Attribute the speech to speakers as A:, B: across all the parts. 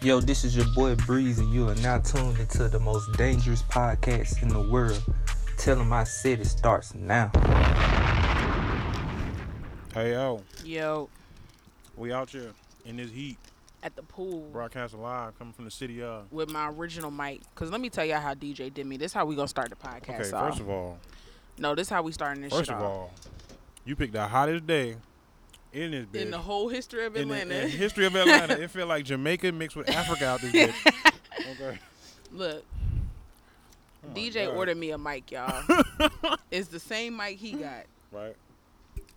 A: Yo, this is your boy Breeze, and you are now tuned into the most dangerous podcast in the world. Tell him I said it starts now.
B: Hey yo,
C: Yo,
B: we out here in this heat,
C: at the pool
B: broadcast live, coming from the city of.
C: with my original mic. Cause let me tell y'all how DJ did me. This how we gonna start the podcast
B: Okay,
C: off.
B: first of all,
C: no, this how we starting this
B: first
C: shit
B: of
C: off.
B: all, you picked the hottest day in this bitch.
C: In the whole history of
B: in the-
C: Atlanta,
B: in the history of Atlanta, it feel like Jamaica mixed with Africa out this bitch. Okay.
C: look,
B: Oh my
C: DJ
B: God.
C: ordered me a mic, y'all. it's the same mic he got.
B: Right.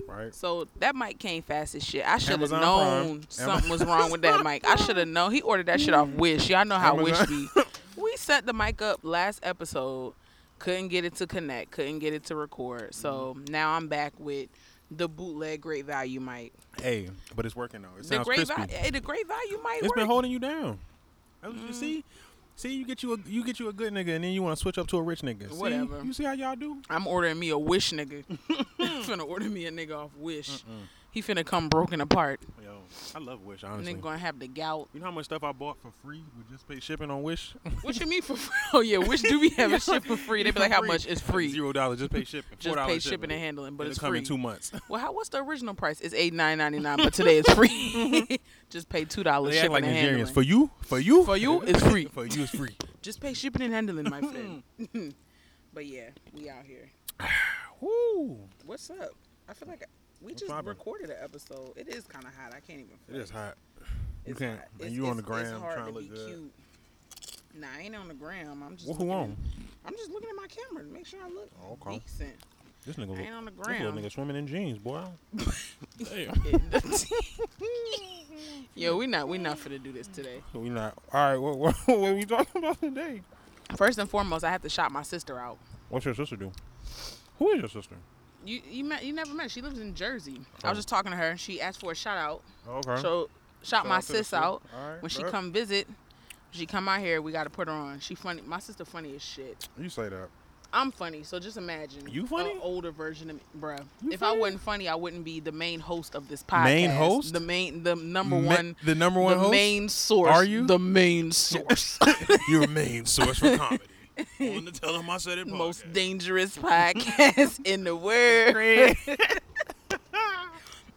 B: Right.
C: So that mic came fast as shit. I should have
B: Amazon
C: known
B: Prime. Mm.
C: something was wrong with that mic. I should have known. He ordered that shit off Wish. Y'all know how
B: Amazon.
C: Wish be. We set the mic up last episode. Couldn't get it to connect. Couldn't get it to record. So
B: Mm.
C: now I'm back with the bootleg Great Value mic.
B: Hey, but it's working though. It
C: The
B: sounds
C: Great
B: crispy.
C: Value. The Great Value mic.
B: It's been
C: work.
B: holding you down. That's
C: Mm-hmm.
B: what you see. See, you get you a you get you a good nigga, and then you want to switch up to a rich nigga. See?
C: Whatever.
B: you see how y'all do?
C: I'm ordering me a Wish nigga. finna order me a nigga off Wish. He finna come broken apart.
B: Yo, I love Wish honestly.
C: Nigga gonna have the gout.
B: You know how much stuff I bought for free with just pay shipping on Wish?
C: What you mean for free? Oh yeah, Wish do be having shit for free? They be like, how much is free?
B: Zero dollars. Just pay shipping.
C: just
B: $4
C: pay shipping and handling, but
B: It'll
C: it's
B: come
C: free.
B: in two months.
C: well, how what's the original price? It's eight nine ninety nine, but today it's free. just pay two dollars
B: They act
C: shipping
B: like
C: and handling.
B: Nigerians. For you, for you,
C: For you, it's free.
B: for you, it's free.
C: just pay shipping and handling, my friend. but yeah, we out here.
B: Woo!
C: What's up? I feel like we
B: What's
C: just
B: poppin'?
C: recorded an episode. It is kind of hot. I can't even.
B: It is
C: flex.
B: hot. You
C: It's
B: can't.
C: hot.
B: And
C: It's-
B: you on the
C: it's- it's
B: gram
C: hard
B: trying to
C: to
B: look
C: be
B: good.
C: cute. Nah, I ain't on the gram. I'm just.
B: Well, who
C: looking
B: on?
C: at- I'm just looking at my camera to make sure I look
B: Okay.
C: decent.
B: This nigga, look,
C: I ain't on the
B: this little
C: gram.
B: nigga swimming in jeans, boy. Damn.
C: Yo, we not we not finna do this today.
B: We not. All right. What, what, what we talking about today?
C: First and foremost, I have to shout my sister out.
B: What's your sister do? Who is your sister?
C: You you met you never met. her. She lives in Jersey. I
B: Oh.
C: was just talking to her. She asked for a shout out.
B: Okay.
C: So shout my
B: out to the
C: sis
B: sis.
C: out.
B: Alright,
C: when she
B: bet.
C: come visit, she come out here. We gotta put her on. She funny. My sister funny as shit.
B: you say that.
C: I'm funny, so just imagine.
B: You funny?
C: An older version of me, bruh.
B: You
C: if
B: funny?
C: I wasn't funny, I wouldn't be the main host of this podcast.
B: Main host?
C: The main, the number
B: Ma-
C: one,
B: the number one
C: the
B: host?
C: main source.
B: Are you?
C: the main source?
B: Your main source for comedy. On the tell 'em I said it.
C: most
B: podcast.
C: dangerous podcast in the world.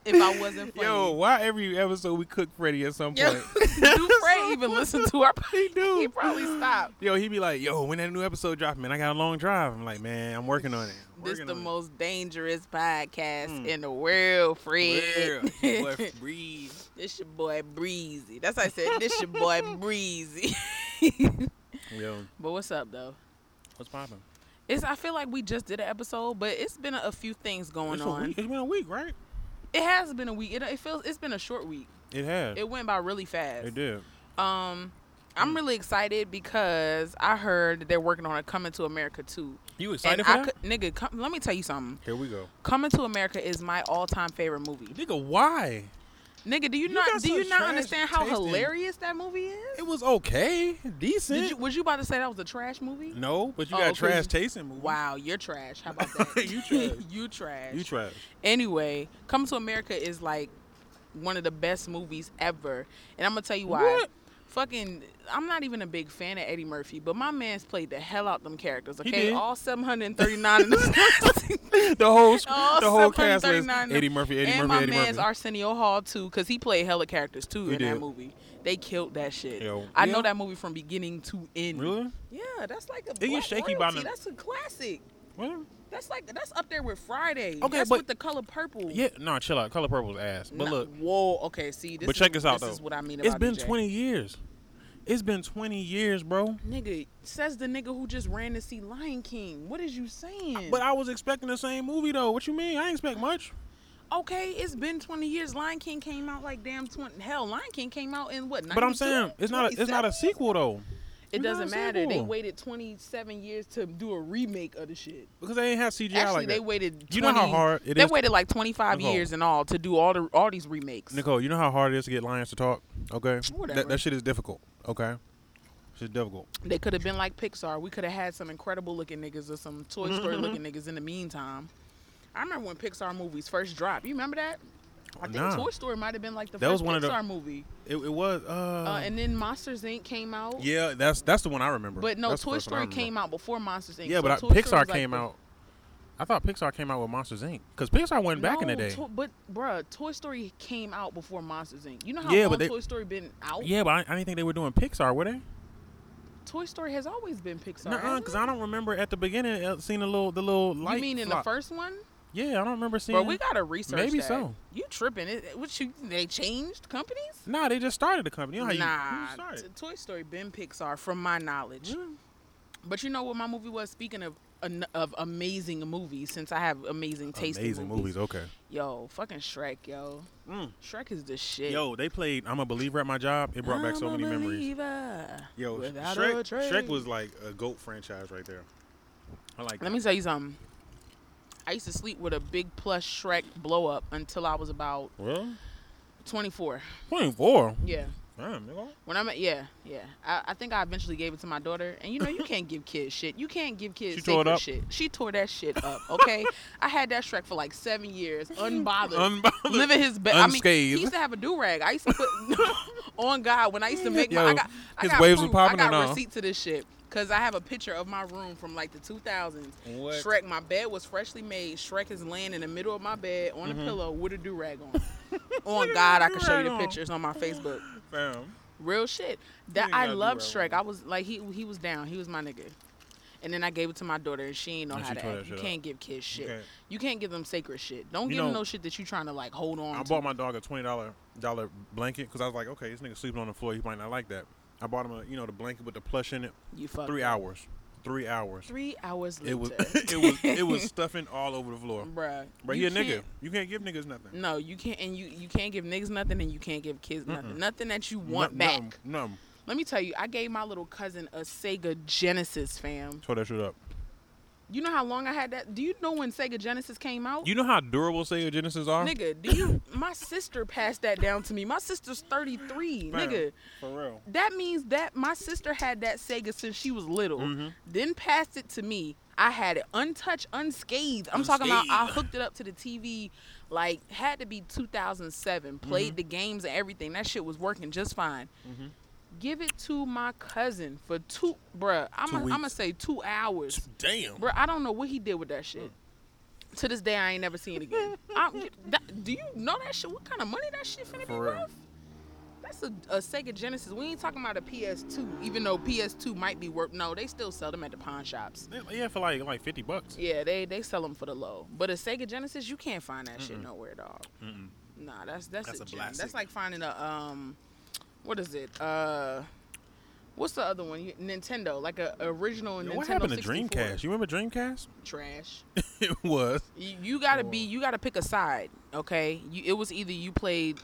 C: if I wasn't funny,
B: Yo, why every episode we cook Freddy at some
C: Yo,
B: point?
C: do Fred even listen to our podcast?
B: do.
C: He probably stopped.
B: Yo, he be like, yo, when that new episode drop, man, I got a long drive. I'm like, man, I'm working on it. I'm
C: This
B: working
C: the
B: on it."
C: most dangerous podcast in the Mm. world, Fred.
B: Well, boy, breeze.
C: this your boy Breezy. That's how I said. This your boy Breezy.
B: Yo,
C: but what's up though?
B: what's popping?
C: It's I feel like we just did an episode, but it's been a, a few things going
B: It's, a
C: on.
B: week. it's been a week, right?
C: It has been a week. It, it feels it's been a short week.
B: It has. It,
C: It went by really fast.
B: did.
C: Um, I'm really excited because I heard that they're working on a Coming to America too.
B: You
C: And
B: excited for
C: I
B: that?
C: could, nigga, come, let me tell you something.
B: Here we go.
C: Coming to America is my all-time favorite movie.
B: Nigga, why?
C: Nigga, do you,
B: got
C: not do
B: some
C: you not
B: trash
C: understand how
B: taste in-
C: hilarious that movie is?
B: It was okay, decent.
C: Did you, was you about to say that was a trash movie?
B: no, but you
C: Oh,
B: got
C: okay.
B: trash tasting movies.
C: Wow, you're trash. How about that?
B: You trash.
C: you trash.
B: You trash.
C: Anyway, Coming to America is like one of the best movies ever. And I'm gonna tell you why.
B: What?
C: Fucking I'm not even a big fan of Eddie Murphy, but my man's played the hell out them characters, okay?
B: did.
C: All seven hundred and thirty nine in this
B: The whole sc-
C: Oh,
B: the whole cast was
C: 739.
B: Eddie Murphy, Eddie Murphy,
C: and my
B: Eddie
C: man's
B: Murphy.
C: Arsenio Hall too, because he played hella characters too
B: He
C: in
B: did.
C: that movie. They killed that shit.
B: Yo.
C: I
B: Yeah.
C: know that movie from beginning to end.
B: really?
C: Yeah, that's like a
B: gets
C: black
B: shaky by
C: royalty.
B: the-
C: That's a classic.
B: What?
C: That's like that's up there with Friday.
B: Okay,
C: that's
B: but-
C: with the color purple.
B: Yeah, no, chill out. Color Purple's ass. But
C: Nah,
B: look,
C: whoa, okay, see, this
B: but
C: is,
B: check this out
C: this
B: though.
C: is what I mean.
B: It's
C: about
B: been
C: DJ.
B: 20 years. It's been 20 years, bro.
C: Nigga says the nigga who just ran to see Lion King. What is you saying?
B: But I was expecting the same movie though. What you mean? I ain't expect much.
C: okay, it's been 20 years. Lion King came out like damn 20. Hell, Lion King came out in what? 92?
B: But I'm saying it's not a, it's not a
C: 27?
B: sequel though.
C: It
B: It's not
C: doesn't
B: a
C: matter. They
B: sequel.
C: waited 27 years to do a remake of the shit.
B: Because they ain't have CGI
C: Actually,
B: like
C: they
B: that.
C: waited. 20,
B: You know how hard it
C: they
B: is-
C: waited like 25
B: Nicole.
C: years in all to do all the all these remakes.
B: Nicole, you know how hard it is to get lions to talk. Okay, that,
C: Whatever.
B: that shit is difficult. Okay, shit's difficult.
C: They could have been like Pixar. We could have had some incredible looking niggas or some
B: Mm-hmm.
C: Toy Story looking niggas in the meantime. I remember when Pixar movies first dropped. You remember that? I think
B: Nah.
C: Toy Story might have been like the
B: That was
C: first
B: one
C: Pixar
B: of the-
C: movie.
B: It, it was. Uh,
C: Uh, and then Monsters Inc. came out.
B: yeah, that's that's the one I remember.
C: But no,
B: That's the
C: Toy
B: first one I
C: Story
B: remember.
C: came out before Monsters Inc.
B: Yeah,
C: so
B: but I,
C: Toy Story
B: Pixar
C: was, like,
B: came
C: the-
B: out. I thought Pixar came out with Monsters Inc. Because Pixar went back in the
C: No,
B: day.
C: To- but bruh, Toy Story came out before Monsters Inc. You know how
B: Yeah, but
C: long
B: they-
C: Toy Story been out?
B: yeah, but I, I didn't think they were doing Pixar, were they?
C: Toy Story has always been Pixar.
B: Nuh-uh,
C: hasn't
B: because
C: it?
B: I don't remember at the beginning uh, seeing the little the little light.
C: You mean in
B: flop.
C: the first one?
B: Yeah, I don't remember seeing.
C: Bro, we gotta research.
B: Maybe
C: that.
B: so.
C: You tripping? It, what you? They changed companies?
B: Nah, they just started the company. You know how you- you,
C: nah,
B: started.
C: t- Toy Story been Pixar from my knowledge.
B: Yeah.
C: But you know what my movie was? Speaking of an- of amazing movies, since I have amazing taste
B: Amazing
C: in
B: movies.
C: movies,
B: Okay.
C: Yo, fucking Shrek, yo.
B: Mm.
C: Shrek is the shit.
B: Yo, they played "I'm a Believer" at my job. It brought back so many memories. Yo,
C: Without
B: Shrek,
C: a
B: Shrek
C: trace.
B: was like a goat franchise right there. I like.
C: Let me tell you something. I used to sleep with a big plush Shrek blow up until I was about
B: Well,
C: 24.
B: twenty four.
C: Yeah.
B: Damn, nigga.
C: When I'm at, yeah, yeah. I, I think I eventually gave it to my daughter. And you know, you can't give kids shit. You can't give kids
B: She tore it
C: sacred
B: up.
C: shit. She tore that shit up, okay? I had that Shrek for like seven years, unbothered.
B: Unbothered.
C: living his best. I mean, he
B: Unscathed.
C: used to have a do rag. I used to put on God when I used to make my. I
B: Yo,
C: got, I
B: his
C: got
B: waves were
C: proof.
B: popping
C: I
B: or
C: got
B: no?
C: receipt to this shit because I have a picture of my room from like the 2000s.
B: What?
C: Shrek, my bed was freshly made. Shrek is laying in the middle of my bed on a pillow with a do rag on. on God, I can show
B: Mm-hmm. do-rag
C: you the
B: on.
C: pictures on my Facebook.
B: Fam.
C: Real shit. That
B: ain't
C: I
B: gotta do
C: loved
B: right
C: Shrek.
B: one.
C: I was like he he was down. He was my nigga. And then I gave it to my daughter, and she ain't know
B: And
C: how
B: she
C: to
B: tore
C: act.
B: that
C: You
B: shit up.
C: can't give kids shit.
B: can't.
C: You can't give them sacred shit. Don't
B: You
C: give them
B: know,
C: no shit that you trying to like hold on.
B: I
C: to.
B: bought my dog a twenty dollar dollar blanket because I was like, okay, this nigga sleeping on the floor. He might not like that. I bought him a you know the blanket with the plush in it.
C: You fucked
B: Three
C: up.
B: hours. Three hours.
C: Three hours later.
B: It was it was it was stuffing all over the floor.
C: Bruh.
B: But he
C: you
B: a nigga.
C: can't-
B: You can't give niggas nothing.
C: No, you can't. And you, you can't give niggas nothing and you can't give kids nothing. Nothing that you want
B: No-
C: back.
B: Nothing. nothing.
C: Let me tell you, I gave my little cousin a Sega Genesis, fam.
B: Tore that shit up.
C: You know how long I had that? Do you know when Sega Genesis came out?
B: You know how durable Sega Genesis are?
C: Nigga, do you? My sister passed that down to me. My sister's 33,
B: Fam,
C: nigga.
B: For real.
C: That means that my sister had that Sega since she was little,
B: Mm-hmm.
C: then passed it to me. I had it untouched, unscathed. I'm talking about I
B: Unscathed.
C: hooked it up to the TV, like had to be 2007. Played
B: Mm-hmm.
C: the games and everything. That shit was working just fine. Give it to my cousin for two, bruh. I'm
B: Two
C: gonna
B: weeks.
C: say two hours.
B: Damn.
C: Bruh, I don't know what he did with that shit. To this day, I ain't never seen it again. I, that, do you know that shit? What kind of money that shit finna be
B: For real.
C: worth? That's a, a Sega Genesis. We ain't talking about a PS2, even though PS2 might be worth. No, they still sell them at the pawn shops.
B: They- Yeah, for like like fifty bucks.
C: Yeah, they they sell them for the low. But a Sega Genesis, you can't find that shit nowhere, dog. Nah, that's that's
B: That's
C: a,
B: a
C: gem.
B: blast.
C: That's like finding a um, what is it? Uh, what's the other one? You- Nintendo, like a original
B: Yo,
C: Nintendo.
B: what happened to
C: 64.
B: Dreamcast? You remember Dreamcast?
C: Trash.
B: it was.
C: You, you gotta be. You gotta pick a side. Okay. You, it was either you played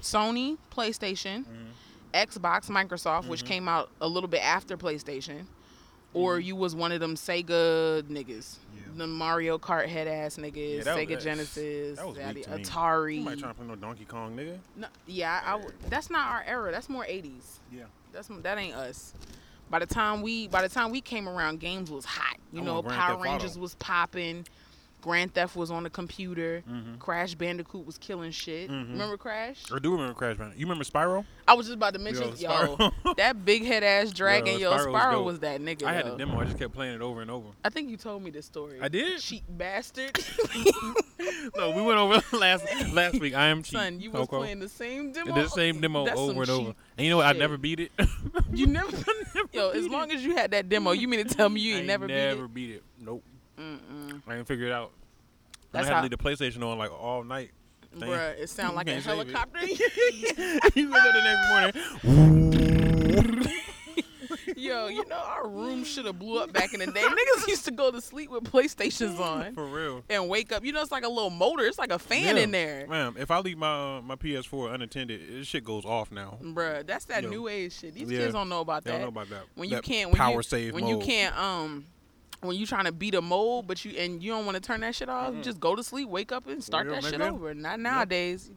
C: Sony, PlayStation,
B: Mm-hmm.
C: Xbox, Microsoft, which came out a little bit after PlayStation, or you was one of them Sega niggas,
B: Mm-hmm. Yeah.
C: the Mario Kart head ass niggas,
B: Yeah, that was-
C: Sega
B: that's-
C: Genesis,
B: that was
C: that-
B: weak to me.
C: Atari.
B: Somebody trying to play no Donkey Kong, nigga.
C: No, yeah, I, w- that's not our era. That's more '80s.
B: Yeah.
C: That's that ain't us. By the time we by the time we came around, games was hot. You
B: I
C: know,
B: want Grand
C: Power
B: Theft
C: Rangers
B: Auto.
C: was popping. Grand Theft was on the computer.
B: Mm-hmm.
C: Crash Bandicoot was killing shit. Remember Crash?
B: I do remember Crash Bandicoot. You remember Spyro?
C: I was just about to mention,
B: Yo,
C: yo,
B: Spyro.
C: that big head ass dragon,
B: Yo,
C: yo,
B: Spyro was
C: Spyro
B: dope.
C: was that nigga.
B: I had
C: yo.
B: a demo. I just kept playing it over and over.
C: I think you told me this story.
B: I did?
C: Cheat bastard.
B: No, we went over last last week. I am cheap.
C: Son, you was
B: okay?
C: playing the same demo.
B: the same demo
C: That's some
B: over and over.
C: cheat
B: And you know what?
C: shit.
B: I never beat it.
C: You never, yo, as long as you had that demo, you mean to tell me you
B: I
C: ain't never, beat
B: never
C: it?
B: beat it. Nope. Mm-mm. I didn't figure it out. And
C: That's
B: I had
C: how-
B: to leave the PlayStation on like all night. Damn.
C: Bruh, it sound like a
B: can't save it.
C: helicopter.
B: you wake up the next morning.
C: Yo, you know our room should have blew up back in the day. Niggas used to go to sleep with PlayStations on
B: For real.
C: and wake up. You know, it's like a little motor. It's like a fan
B: Yeah.
C: in there,
B: Ma'am, if I leave my uh, my PS4 unattended, this shit goes off now.
C: bruh. That's that
B: Yo.
C: new age shit. These
B: Yeah.
C: kids don't know about
B: They
C: Mm, that.
B: don't know about that.
C: when you
B: That
C: can't when
B: power
C: you,
B: save
C: when
B: mode.
C: you can't um when you trying to beat a mold, but you and you don't want to turn that shit off. Just go to sleep, wake up, and start
B: Real
C: that shit
B: nigga.
C: over. Not nowadays.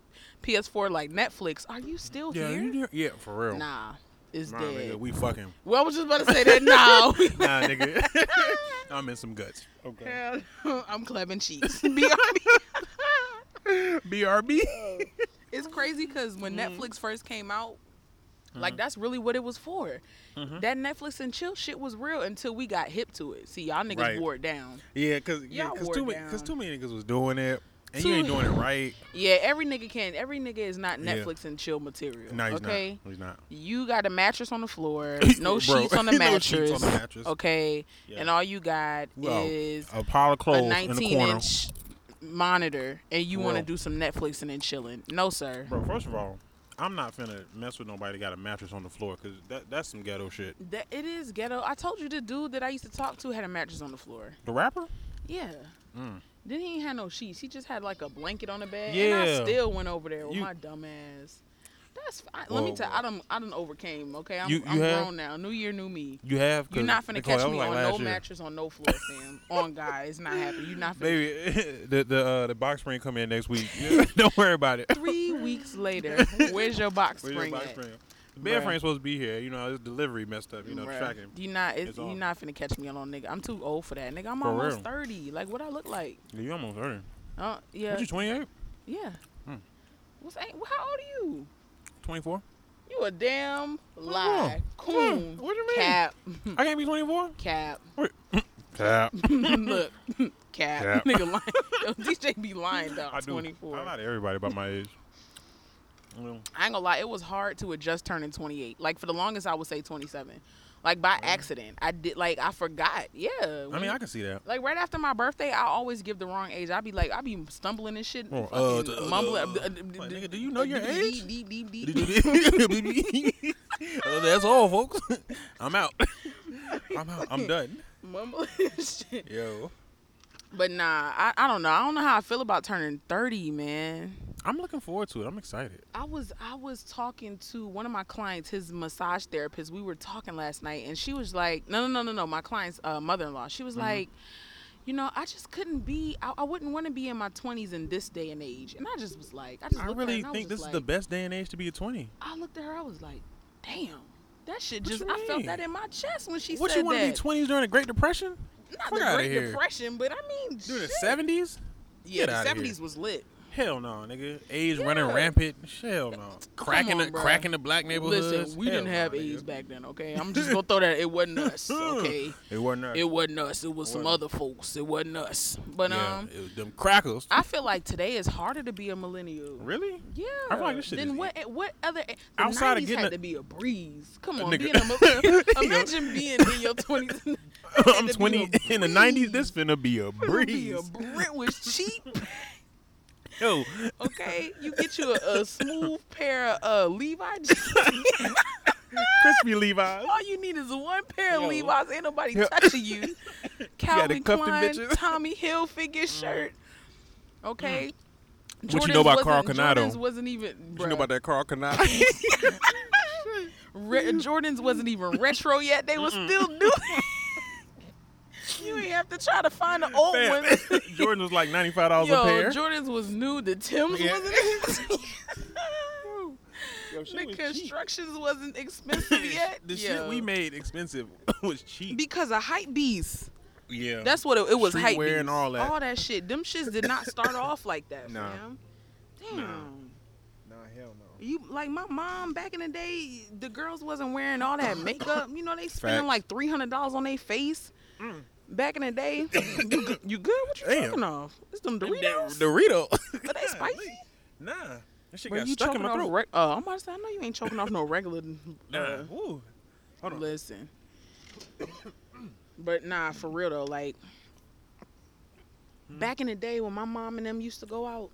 C: PS4 like Netflix. Are you still
B: Yeah,
C: oh, here?
B: you there? yeah, for real.
C: Nah, it's
B: nah,
C: dead.
B: nigga, we fucking.
C: well, I was just about to say that. now.
B: Nah, nigga. I'm in some guts. Okay.
C: Hell, I'm clapping cheeks. BRB.
B: BRB.
C: It's crazy because when
B: Mm-hmm.
C: Netflix first came out, like that's really what it was for.
B: Mm-hmm.
C: That Netflix and chill shit was real until we got hip to it. See, y'all niggas
B: Right.
C: wore it down.
B: Yeah, cause yeah,
C: Y'all
B: 'cause
C: wore
B: too many,
C: down.
B: cause too many niggas was doing it, and you
C: Too-
B: ain't doing it right.
C: Yeah, every nigga can. Every nigga is not
B: Yeah.
C: Netflix and chill material.
B: No, he's
C: okay.
B: not. He's not.
C: You got a mattress on the floor,
B: Bro,
C: no sheets on the
B: no sheets
C: mattress.
B: on the mattress.
C: Okay,
B: Yeah.
C: and all you got
B: Well,
C: is
B: a pile of
C: a
B: clothes in the
C: 19
B: corner.
C: inch monitor, and you want to
B: Bro.
C: do some Netflixing and chilling. No, sir.
B: Bro, first of all, I'm not finna mess with nobody that got a mattress on the floor because that, that's some ghetto shit.
C: That it is ghetto. I told you the dude that I used to talk to had a mattress on the floor.
B: The rapper?
C: Yeah.
B: Mm.
C: Then he ain't had no sheets. He just had like a blanket on the bed. And
B: Yeah.
C: I still went over there with
B: You-
C: my dumb ass. That's fine. Let me
B: Whoa,
C: tell
B: whoa.
C: I done I done overcame, okay? I'm,
B: You-
C: I'm
B: you have?
C: grown now. New year, new me.
B: You have?
C: You're not finna catch me on no mattress on no floor, Sam. on guy. It's not happening. You're not finna
B: Baby, the the uh, the box spring come in next week. Don't worry about it.
C: three weeks later, where's your box
B: Where's
C: spring?
B: your box
C: at?
B: spring? The bed
C: Bruh.
B: frame's supposed to be here. You know, it's delivery messed up. You know,
C: Bruh.
B: tracking.
C: You not it's,
B: It's
C: you
B: on.
C: not finna catch me alone, nigga. I'm too old for that, nigga. I'm
B: For
C: almost
B: real.
C: thirty. Like what I look like?
B: Yeah, you almost thirty.
C: Uh, yeah,
B: What you 28?
C: yeah.
B: Hmm.
C: What's ain't, how old are you?
B: 24?
C: You a damn
B: wrong?
C: lie,
B: What's wrong?
C: coon,
B: What do you mean?
C: cap,
B: I can't be 24.
C: cap.
B: Cap.
C: look, cap.
B: Cap.
C: Nigga lying. Yo, DJ be lying dog.
B: I do.
C: 24.
B: I lie to everybody about my age. You know,
C: I ain't gonna lie, it was hard to adjust turning 28. Like for the longest, I would say 27. Like by accident, I did. Like I forgot. Yeah.
B: I
C: when
B: mean,
C: you-
B: I can see that.
C: like right after my birthday, I always give the wrong age. I be like, I be stumbling and shit,
B: Oh, uh,
C: fucking
B: uh,
C: mumbling.
B: uh,
C: uh,
B: like, nigga, do you know your age?
C: dee, dee, dee, dee.
B: Uh, That's all, folks. I'm out. I'm out. I'm done.
C: Mumbling and shit.
B: Yo,
C: But nah, I, I don't know. I don't know how I feel about turning 30, man.
B: I'm looking forward to it. I'm excited.
C: I was I was talking to one of my clients, his massage therapist. We were talking last night, and she was like, "No, no, no, no, no." My client's uh, mother-in-law. She was
B: Mm-hmm.
C: like, "You know, I just couldn't be. I, I wouldn't want to be in my 20s in this day and age." And I just was like, I just
B: I
C: looked
B: really
C: at her and I was
B: think
C: just
B: this is
C: like-
B: the best day and age to be a 20.
C: I looked at her. I was like, "Damn." That shit
B: What
C: just,
B: you
C: I felt
B: mean?
C: that in my chest when she
B: what
C: said
B: you want to be
C: that.
B: 20s during the Great Depression?
C: Not
B: Fuck
C: the
B: outta
C: Great
B: here.
C: Depression, but I mean,
B: During
C: shit.
B: the 70s?
C: yeah,
B: Get outta
C: the
B: here.
C: 70s was lit.
B: Hell no, nigga. AIDS running
C: Yeah.
B: rampant. Hell no. Cracking
C: on,
B: the
C: bruh.
B: cracking the black neighborhoods.
C: Listen, we
B: Hell
C: didn't have
B: no,
C: AIDS
B: nigga.
C: back then, okay? I'm just gonna throw that. It wasn't us, okay?
B: It wasn't. us.
C: It wasn't us. It was some
B: Wasn't.
C: other folks. It wasn't us. But
B: yeah,
C: um,
B: it was them crackers.
C: I feel like today is harder to be a millennial.
B: really?
C: Yeah.
B: I feel like this shit
C: then
B: is- e-
C: what? What other? eh, The
B: Outside of
C: 90s
B: getting
C: had
B: a-
C: to be a breeze. Come on,
B: nigga.
C: being a millennial. Imagine being in your twenties.
B: I'm 20 in the 90s. This finna be a
C: Be a
B: breeze.
C: Brent was cheap.
B: Yo,
C: Okay, you get you a, a smooth pair of uh, Levi jeans.
B: crispy Levi's.
C: All you need is one pair of
B: Yo.
C: Levi's. Ain't nobody
B: Yeah.
C: touching you. Calvin
B: cuff them
C: Klein,
B: bitches. Mm.
C: Tommy Hilfiger shirt. Okay.
B: What you know about Karl
C: wasn't-
B: Conato?
C: Jordans wasn't even.
B: You know
C: bruh.
B: about that Carl Canal?
C: Re- Jordans wasn't even retro yet. They was still new. you ain't have to try to find the old ones.
B: Jordan was like ninety five dollars a
C: Yo,
B: pair.
C: Jordans was new. The Tims
B: Yeah.
C: wasn't.
B: Yo, shit
C: the
B: was cheap.
C: constructions wasn't expensive yet.
B: the
C: Yo.
B: shit we made expensive was cheap.
C: because of hype beast.
B: yeah,
C: That's what it, it was. Hype
B: Streetwear and
C: beats.
B: all that.
C: All that shit. Them shits did not start off like that,
B: Nah.
C: fam. Damn.
B: Nah. nah, hell no.
C: You like my mom back in the day. The girls wasn't wearing all that makeup. You know they spending
B: Facts. Mm.
C: like three hundred dollars on their face. Back in the day, you, good- you good? What you
B: Damn.
C: talking off? It's them Doritos.
B: Dorito.
C: Are they spicy?
B: Nah, that shit
C: Bro,
B: got
C: you
B: stuck in
C: choking
B: my
C: off?
B: throat.
C: Re- uh, I'm about to say I know you ain't choking off no regular. uh,
B: Nah, ooh. Hold on.
C: Listen. but nah, for real though, like back in the day when my mom and them used to go out,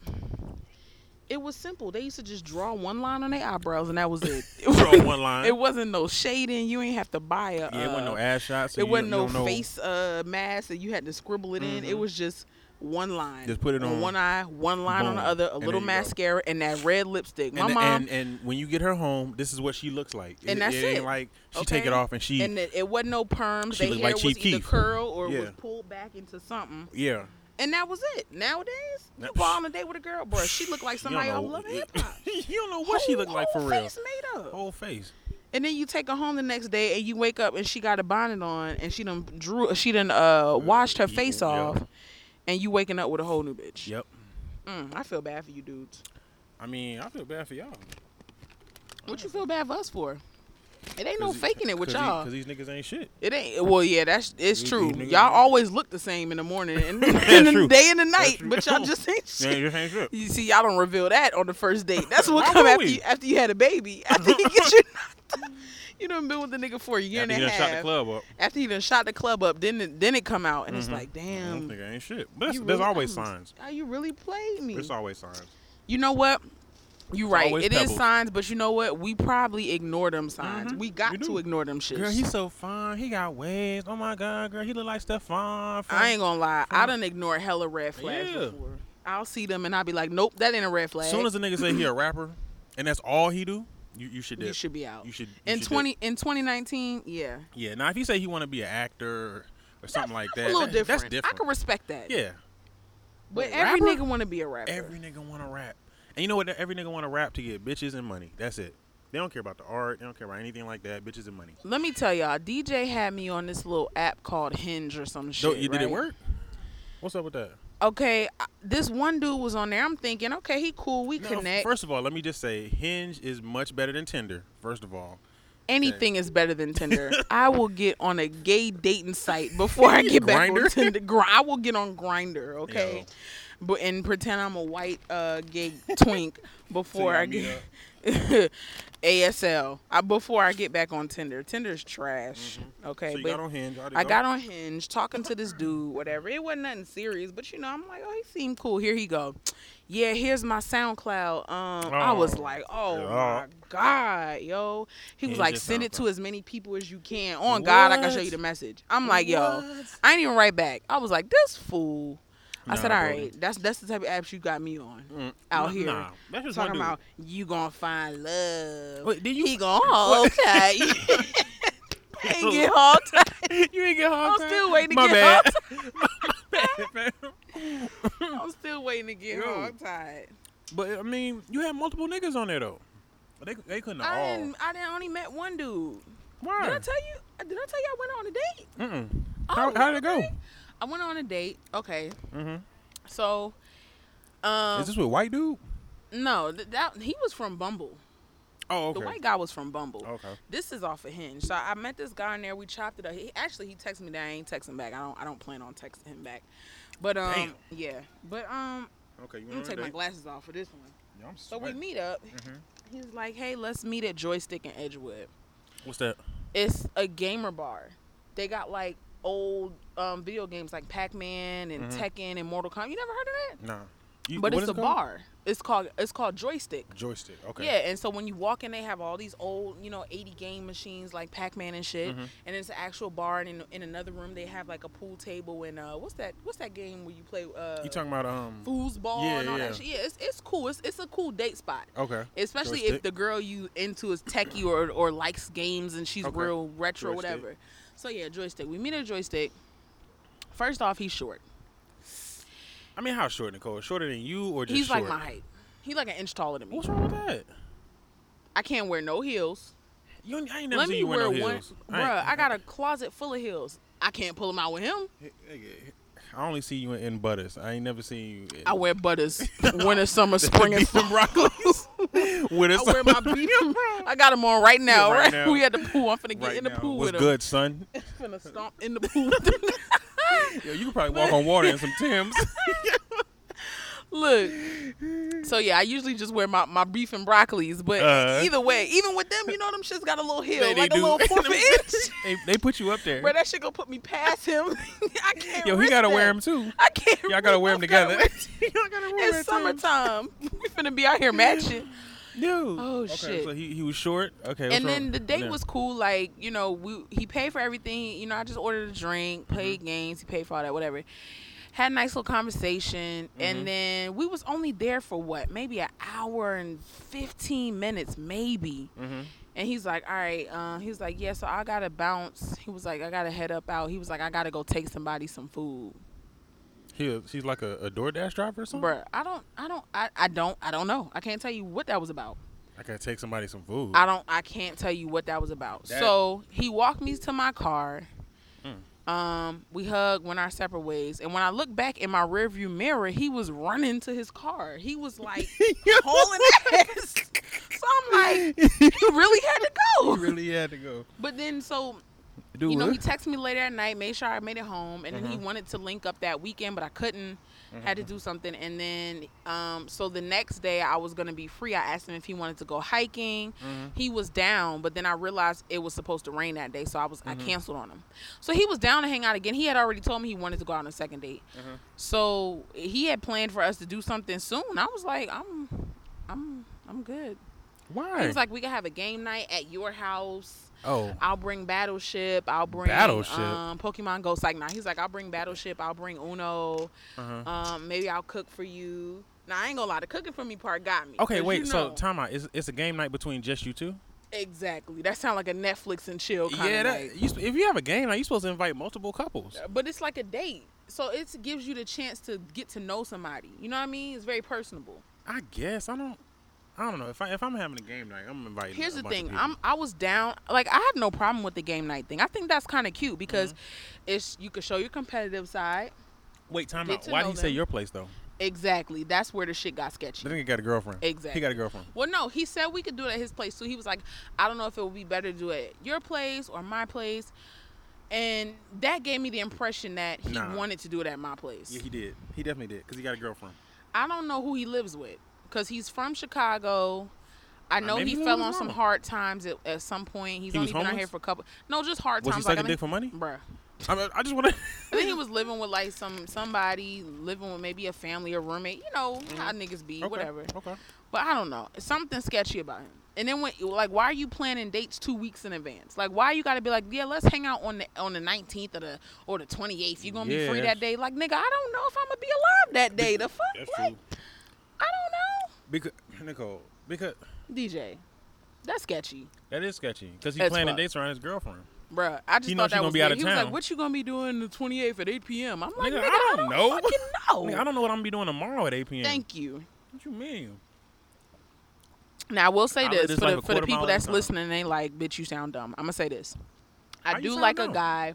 C: it was simple. They used to just draw one line on their eyebrows and that was it. It,
B: Throw
C: wasn't,
B: one line.
C: it wasn't no shading. You ain't have to buy a
B: yeah, it wasn't no
C: uh,
B: ass shots. So
C: it
B: you-
C: wasn't
B: you
C: no
B: don't know. Mm-hmm.
C: face uh mask that you had to scribble it in. It was just one line.
B: Just put it on.
C: one eye, one line on the
B: Boom.
C: other, a
B: And
C: little
B: there you go.
C: mascara, and that red lipstick. My
B: and,
C: mom
B: and and when you get her home, this is what she looks like.
C: And
B: it,
C: that's
B: it ain't
C: it.
B: like she take it
C: Okay?
B: off and she
C: and it, it wasn't no perms.
B: She
C: Their
B: looked
C: hair
B: like
C: was
B: Chief
C: either
B: Keef.
C: curl or
B: Yeah.
C: was pulled back into something,
B: yeah.
C: and that was it. Nowadays,
B: That-
C: you go on a date with a girl, bro, she looked like
B: You don't
C: somebody
B: know-
C: off Love and Hip Hop.
B: you don't know what she
C: Whole-
B: looked like for
C: whole
B: real.
C: Face made up.
B: Whole face.
C: And then you take her home the next day, and you wake up and she got a bonnet on, and she done drew, she done uh washed her
B: you-
C: face
B: Mm, yeah.
C: off, and you waking up with a whole new bitch.
B: Yep.
C: Mm, I feel bad for you dudes.
B: I mean, I feel bad for y'all.
C: What you feel bad for us for? It ain't no
B: 'Cause he-
C: faking it with
B: 'cause he-
C: y'all.
B: Cause these niggas ain't shit.
C: It ain't. Well, yeah, that's it's
B: These-
C: true.
B: these niggas-
C: Y'all always look the same in the morning and in
B: That's
C: the
B: true.
C: day and the night,
B: true.
C: but y'all just ain't
B: They ain't,
C: shit.
B: just ain't shit.
C: You see, y'all don't reveal that on the first date. That's what
B: Why
C: come
B: would
C: after
B: we?
C: you, after you had a baby. After he gets you knocked, you done been with the nigga for a year
B: After
C: and
B: he done
C: a half.
B: shot the club up.
C: After he done shot the club up, then it, then it come out and it's
B: Mhm.
C: like,
B: This
C: damn,
B: nigga ain't shit. But
C: you
B: that's- there's
C: really-
B: always
C: I'm-
B: signs.
C: how you really played me?
B: There's always signs.
C: You know what? You
B: It's
C: right.
B: always
C: It is
B: pebbles.
C: signs, but you know what? We probably ignore them signs.
B: Mhm.
C: We got
B: We
C: to
B: do.
C: ignore them shits.
B: Girl, he's so fine. He got waves. Oh my god, girl, he look like Stefan. from-
C: I ain't gonna lie. I
B: from-
C: done ignored hella red flags
B: Yeah.
C: before. I'll see them and I'll be like, nope, that ain't a red flag.
B: As soon as a nigga say he a rapper, and that's all he do, you you should
C: you
B: dip.
C: should be out.
B: You should. you
C: in
B: should dip.
C: twenty in 2019, yeah,
B: Yeah. Now, if you say he want to be an actor or, or something like that,
C: a little
B: that-
C: different.
B: That's different.
C: I can respect that.
B: yeah. But
C: but every
B: rapper?
C: nigga want to be a rapper.
B: Every nigga want to rap, and you know what? Every nigga want to rap to get bitches and money. That's it. They don't care about the art. They don't care about anything like that. Bitches and money.
C: Let me tell y'all, DJ had me on this little app called Hinge or some shit.
B: Though, you- did it
C: right?
B: work? What's up with that?
C: Okay, I- this one dude was on there. I'm thinking, okay, he cool. We
B: No, f-
C: connect.
B: First of all, let me just say Hinge is much better than Tinder. First of all,
C: Anything is better than Tinder. I will get on a gay dating site before I get back on
B: Grindr?
C: Tinder. Gr- I will get on Grinder, okay?
B: Yo.
C: But and pretend I'm a white uh, gay twink before
B: y'all
C: I
B: meet
C: get ASL. I, before I get back on Tinder. Tinder's trash, okay?
B: Mm-hmm. so you
C: but
B: got on Hinge.
C: I got on Hinge talking to this dude, whatever. It wasn't nothing serious, but you know, I'm like, oh, he seemed cool. Here he go. Yeah, here's my SoundCloud. Um, I was
B: Oh,
C: like, oh my
B: yeah.
C: god, yo. He was
B: Here's
C: like,
B: your
C: send it to
B: SoundCloud.
C: as many people as you can. On God, I can show
B: What?
C: you the message. I'm like, yo,
B: What?
C: I ain't even write back. I was like, this fool. I
B: Nah,
C: said, all
B: bro.
C: right, that's that's the type of apps you got me on out here.
B: Nah, that's just one
C: Talking
B: dude.
C: about you gonna find love.
B: Wait, did you-
C: He gonna oh, okay. ain't get hooked.
B: you ain't get hard.
C: I'm still waiting to
B: My
C: get
B: bad. My bad, fam.
C: I'm still waiting to get
B: Yo.
C: hog tied.
B: But I mean, you had multiple niggas on there though. They, they couldn't
C: I
B: all.
C: didn't. I didn't only met one dude. Did I
B: Why?
C: tell you? Did I tell you I went on a date?
B: Mm-mm. How,
C: Oh,
B: how did it go?
C: okay. I went on a date. Okay.
B: Mm-hmm.
C: So, um,
B: Is this with white dude?
C: no, th- that he was from Bumble.
B: Oh,
C: The
B: okay. Oh.
C: white guy was from Bumble.
B: Okay.
C: This is off of Hinge. So I met this guy in there. We chopped it up. He, actually, he texted me that I ain't texting back. I don't. I don't plan on texting him back. But um,
B: Damn.
C: yeah. But um,
B: Okay, you
C: I'm gonna
B: want to
C: take my glasses off for this one.
B: Yeah, I'm
C: So we
B: sweating.
C: meet up.
B: Mhm.
C: He's like, "Hey, let's meet at Joystick and Edgewood."
B: What's that?
C: it's a gamer bar. They got like old um, video games like Pac Man and
B: Mhm.
C: Tekken and Mortal Kombat. You never heard of that?
B: Nah. You,
C: but
B: what is
C: it's a
B: it called?
C: bar. It's called it's called Joystick.
B: Joystick. Okay.
C: Yeah, and so when you walk in, they have all these old, you know, 80 game machines like Pac Man and shit.
B: Mhm.
C: And it's an actual bar, and in, in another room they have like a pool table and uh, what's that? What's that game where you play uh,
B: You talking about um?
C: foosball
B: Yeah,
C: and all
B: yeah.
C: that shit? Yeah, it's it's cool. It's it's a cool date spot.
B: Okay.
C: Especially if
B: Joystick.
C: the girl you into is techie or, or likes games and she's
B: Okay.
C: real retro,
B: Joystick.
C: whatever. So yeah, joystick. We meet at joystick. First off, he's short.
B: I mean, how short, Nicole? Shorter than you or just
C: he's
B: short?
C: like my height. He's like an inch taller than me.
B: What's wrong with that?
C: I can't wear no heels.
B: You ain't- I ain't never
C: Let
B: seen
C: me
B: you wear
C: wear
B: no
C: one,
B: heels.
C: bruh. I, got a closet full of heels. I can't pull them out with him.
B: I only see you in, in butters. I ain't never seen you. In
C: I wear butters winter, summer, spring, and
B: Beef and
C: fall.
B: with
C: I wear my beat. I got them on right now.
B: right
C: Right,
B: now.
C: we at the pool. I'm finna get
B: right
C: in the
B: now.
C: pool
B: What's
C: with
B: good, son?
C: him. Finna stomp in the pool with them.
B: Yo, you can probably walk on water in some Tim's.
C: Look. So yeah, I usually just wear my, my beef and broccolis, but
B: Uh.
C: either way, even with them, you know them shits got a little heel,
B: They- they
C: like
B: do.
C: a little fourth of an inch.
B: they, they put you up there.
C: Bro, that shit gonna put me past him. I can't.
B: Yo, he
C: risk
B: gotta wear
C: that.
B: them too.
C: I can't.
B: Y'all gotta wear them
C: I gotta
B: together.
C: wear-
B: Y'all gotta wear
C: It's summertime. we finna be out here matching.
B: Dude.
C: Oh,
B: okay,
C: shit.
B: So he, he was short. Okay. what's
C: and then
B: wrong?
C: the date
B: Yeah.
C: was cool. Like you know, we he paid for everything. You know, I just ordered a drink, played games. He paid for all that, whatever. Had a nice little conversation, and then we was only there for what, maybe an hour and fifteen minutes, maybe.
B: Mhm.
C: And he's like, all right. Uh, he was like, yeah. So I gotta bounce. He was like, I gotta head up out. He was like, I gotta go take somebody some food.
B: He was- he's like a, a DoorDash driver or something.
C: Bruh, I don't, I don't, I, I don't, I don't know. I can't tell you what that was about.
B: I gotta take somebody some food.
C: I don't I can't tell you what that was about.
B: That-
C: so he walked me to my car. Um, we hugged, went our separate ways. And when I look back in my rearview mirror, he was running to his car. He was like hauling ass. So I'm like, he really had to go.
B: really had to go.
C: But then, so
B: Dude,
C: you know, he texted me later at night, made sure I made it home, and then he wanted to link up that weekend, but I couldn't. Had to do something, and then um, so the next day I was gonna be free. I asked him if he wanted to go hiking. He was down, but then I realized it was supposed to rain that day, so I was I canceled on him. So he was down to hang out again. He had already told me he wanted to go out on a second date, so he had planned for us to do something soon. I was like, I'm, I'm, I'm good.
B: why?
C: He was like, we can have a game night at your house.
B: oh,
C: I'll bring Battleship. I'll bring
B: Battleship?
C: Um, Pokemon Go. It's Like now, he's like, I'll bring Battleship. I'll bring Uno.
B: uh-huh.
C: Um, maybe I'll cook for you. Now I ain't gonna lie, the cooking for me part got me.
B: okay,
C: 'cause
B: wait.
C: you
B: So
C: know-
B: time out. It's, it's a game night between just you two.
C: exactly. That sound like a Netflix and chill kind
B: yeah,
C: of
B: that, you, sp- if you have a game night, you're supposed to invite multiple couples.
C: But it's like a date, so it gives you the chance to get to know somebody. You know what I mean? It's very personable.
B: I guess I don't. I don't know if I if I'm having a game night, I'm inviting.
C: Here's
B: a
C: the
B: bunch of
C: thing.
B: people.
C: I'm I was down. Like I have no problem with the game night thing. I think that's kind of cute because
B: Mm-hmm.
C: it's you can show your competitive side.
B: Wait, time
C: Get
B: out.
C: to
B: Why
C: know
B: did he say
C: them.
B: your place though?
C: Exactly. That's where the shit got sketchy.
B: I think he got a girlfriend. He got a
C: Exactly.
B: girlfriend.
C: Well, no, he said we could do it at his place too. He was like, I don't know if it would be better to do it at your place or my place. And that gave me the impression that he
B: Nah.
C: wanted to do it at my place.
B: Yeah, he did. He definitely did because he got a girlfriend.
C: I don't know who he lives with because he's from Chicago. I know
B: maybe he
C: he
B: lives
C: fell
B: with
C: on
B: his
C: some
B: mama.
C: hard times at, at some point. He's
B: He was
C: only been out
B: homeless?
C: here for a couple. No, just hard
B: Was he
C: times. like,
B: sucking dick
C: I think-
B: for money?
C: Bruh.
B: I, mean, I just want to.
C: I think he was living with like some somebody living with maybe a family or roommate. You know how niggas be, whatever.
B: Mm-hmm. Okay.
C: But I don't know. Something sketchy about him. And then when like why are you planning dates two weeks in advance? Like why you gotta be like, Yeah, let's hang out on the on the nineteenth or the or the twenty eighth. You gonna be
B: Yeah,
C: free
B: that's-
C: that day. Like nigga, I don't know if I'm gonna be alive that day. The fuck
B: That's
C: like
B: true.
C: I don't
B: Because Nicole, because
C: know. DJ. That's sketchy.
B: that is sketchy. Because he
C: As
B: planning
C: fuck.
B: dates around his girlfriend.
C: Bruh, I just
B: He knows you
C: thought that
B: gonna
C: was
B: be out
C: weird.
B: of
C: He was
B: town.
C: like, "What you gonna be doing the 28th at 8 p.m.?" I'm like,
B: Nigga,
C: "Nigga,
B: I
C: I
B: don't
C: don't,
B: know."
C: fucking know."
B: Nigga, I don't know what I'm gonna be doing tomorrow at 8 p.m.
C: Oh. Thank you.
B: What you mean?
C: Now I will say
B: I live
C: this,
B: this
C: for,
B: life a
C: the, for the
B: quarter mile at
C: people
B: a
C: that's
B: time.
C: listening, and they like, bitch, you sound dumb. I'm gonna say this. I
B: How you
C: do
B: sound
C: like
B: dumb?
C: a guy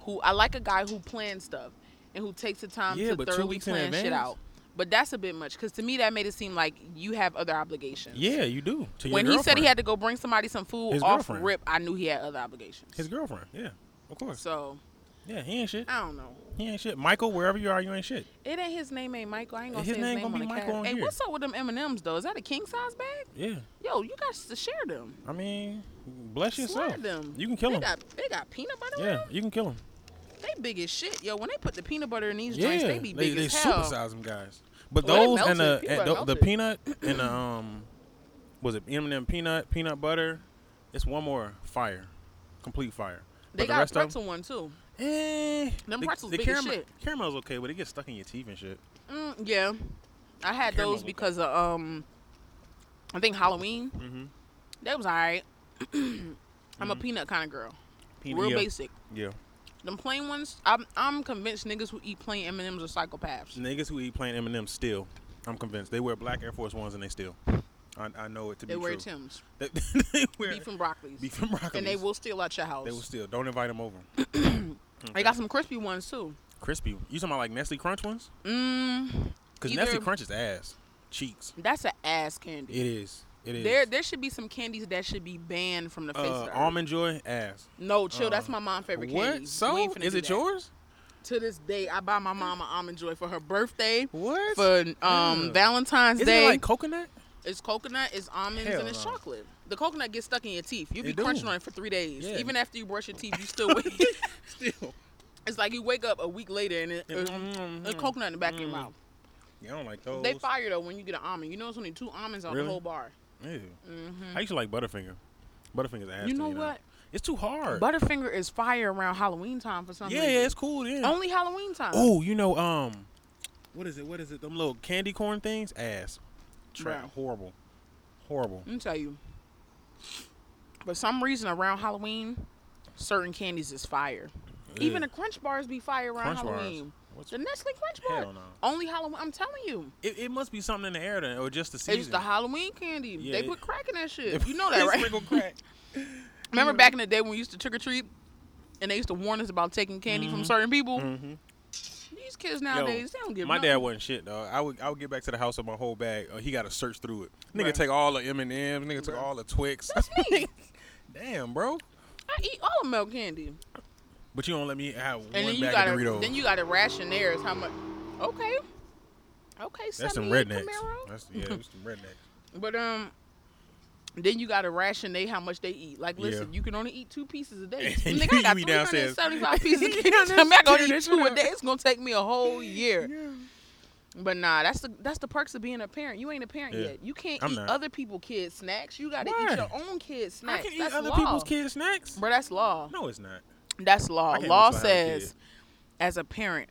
C: who I like a guy who plans stuff and who takes the time
B: Yeah,
C: to
B: but two
C: thoroughly
B: weeks in
C: plan shit
B: advance?
C: out. But that's a bit much because to me that made it seem like you have other obligations.
B: Yeah, you do. To your
C: When he said he
B: girlfriend.
C: had to go bring somebody some food
B: His
C: off
B: girlfriend.
C: rip, I knew he had other obligations.
B: his girlfriend. Yeah, of course.
C: so
B: yeah, he ain't shit.
C: I don't know.
B: He ain't shit. Michael, wherever you are, you ain't shit.
C: It ain't his name, ain't Michael. I ain't gonna
B: His
C: say his
B: name
C: name,
B: gonna
C: on
B: be
C: the
B: Michael
C: cast.
B: on
C: Hey,
B: here.
C: what's up with them M and M's though? Is that a king size bag?
B: Yeah.
C: Yo, you got to share them.
B: I mean, bless yourself.
C: Slide them.
B: You can kill
C: they
B: him.
C: Got, they got peanut butter. in
B: Yeah,
C: them?
B: you can kill him.
C: They big as shit, yo. When they put the peanut butter in these
B: Yeah,
C: joints, they be big
B: they
C: as hell.
B: supersize them guys. But
C: Well,
B: those
C: they
B: and the
C: melted.
B: and
C: People
B: the,
C: are
B: the
C: melted.
B: peanut and the um, was it M&M peanut peanut butter? It's one more fire, complete fire. But
C: They
B: the
C: got
B: rest
C: a
B: of
C: pretzel one too.
B: them, eh,
C: Them
B: the,
C: pretzels
B: the
C: big as
B: caramel-
C: shit.
B: Caramel's okay, but it gets stuck in your teeth and shit.
C: Mm, yeah, I had
B: Caramel
C: those
B: with
C: because of um, I think Halloween.
B: Mm-hmm.
C: That was alright. I'm a peanut kind of girl.
B: Peanut,
C: Real
B: yeah.
C: basic.
B: Yeah,
C: Them plain ones. I'm I'm convinced niggas who eat plain M and M's are psychopaths.
B: niggas who eat plain M&M still, I'm convinced they wear black Air Force Ones and they still. I, I know it to
C: They
B: be
C: wear
B: true.
C: Tim's
B: They, they wear
C: beef and broccolis,
B: beef and broccoli.
C: and they will steal at your house.
B: They will still. Don't invite them over.
C: They got some crispy ones too.
B: Crispy. You talking about like Nestle Crunch ones?
C: Mm,
B: Because
C: Either-
B: Nestle Crunch is ass. Cheeks.
C: that's an ass candy.
B: It is. It is.
C: There, there should be some candies that should be banned from the face. of
B: uh,
C: the earth.
B: almond joy ass.
C: No, chill.
B: uh,
C: that's my mom's favorite candy. We
B: What? So
C: ain't finna
B: is
C: do
B: it
C: that.
B: yours?
C: To this day, I buy my mom an almond joy for her birthday,
B: What?
C: for um
B: Yeah.
C: Valentine's
B: Isn't
C: Day.
B: it like coconut?
C: it's coconut, it's almonds,
B: Hell
C: and it's
B: no.
C: chocolate. The coconut gets stuck in your teeth. You be
B: It do.
C: crunching on it for three days.
B: Yeah.
C: Even after you brush your teeth, you still wait.
B: Still.
C: it's like you wake up a week later and it, uh,
B: Yeah, mm, mm,
C: a
B: mm.
C: coconut in the back of your
B: Mm.
C: mouth.
B: Yeah, I don't like those.
C: They fire though when you get an almond. You know it's only two almonds on
B: Really?
C: the whole bar.
B: Ew.
C: Mm-hmm.
B: I used to like Butterfinger. Butterfinger's ass.
C: You
B: to
C: know
B: me now.
C: what?
B: It's too hard.
C: Butterfinger is fire around Halloween time for some
B: yeah,
C: reason.
B: yeah, it's cool. Yeah.
C: Only Halloween time.
B: Oh, you know, um, what is it? What is it? Them little candy corn things? Ass. Trap.
C: Bruh.
B: Horrible. Horrible.
C: Let me tell you. For some reason, around Halloween, certain candies is fire. Even the
B: Ugh.
C: Crunch bars be fire around
B: Crunch bars.
C: Halloween.
B: What's-
C: The Nestle Crunch bar.
B: Hell no.
C: Only Halloween. I'm telling you,
B: It, it must be something in the air, then, or just the season.
C: it's the Halloween candy.
B: Yeah,
C: they
B: it-
C: put crack in that shit. You know that, right?
B: Sprinkle crack.
C: Remember back in the day when we used to trick or treat, and they used to warn us about taking candy from certain people.
B: Mm-hmm.
C: These kids nowadays, they don't give.
B: My
C: nothing.
B: dad wasn't shit though. I would I would get back to the house with my whole bag. Uh, he got to search through it. Nigga
C: Right.
B: take all the M and M's. Nigga took
A: Right.
B: all the Twix.
C: That's me.
B: Damn, bro.
C: I eat all of milk candy,
B: But you don't let me have one
C: and then you
B: bag
C: gotta
B: of Doritos.
C: then you gotta ration there is how much. Okay, okay,
B: That's some
C: 78
B: rednecks.
C: Camaro.
B: That's yeah, that's some rednecks.
C: But um, then you gotta ration they how much they eat. Like,
B: Yeah.
C: listen, you can only eat two pieces a day.
B: And
C: Nigga, I
B: you eat
C: got three hundred
B: downstairs.
C: seventy-five pieces.
B: You
C: of candy. I'm not gonna eat two a day. It's gonna take me a whole year. But nah, that's the that's the perks of being a parent. You ain't a parent
B: Yeah.
C: yet. You can't
B: I'm
C: eat
B: not.
C: other people kids' snacks. You gotta
B: Why?
C: eat your own kids'
B: I
C: snacks.
B: can eat
C: that's
B: other
C: law.
B: people's kids' snacks.
C: Bro, that's law.
B: No, it's not.
C: That's law.
B: I can't
C: Law
B: whistle having a kid.
C: says, as a parent,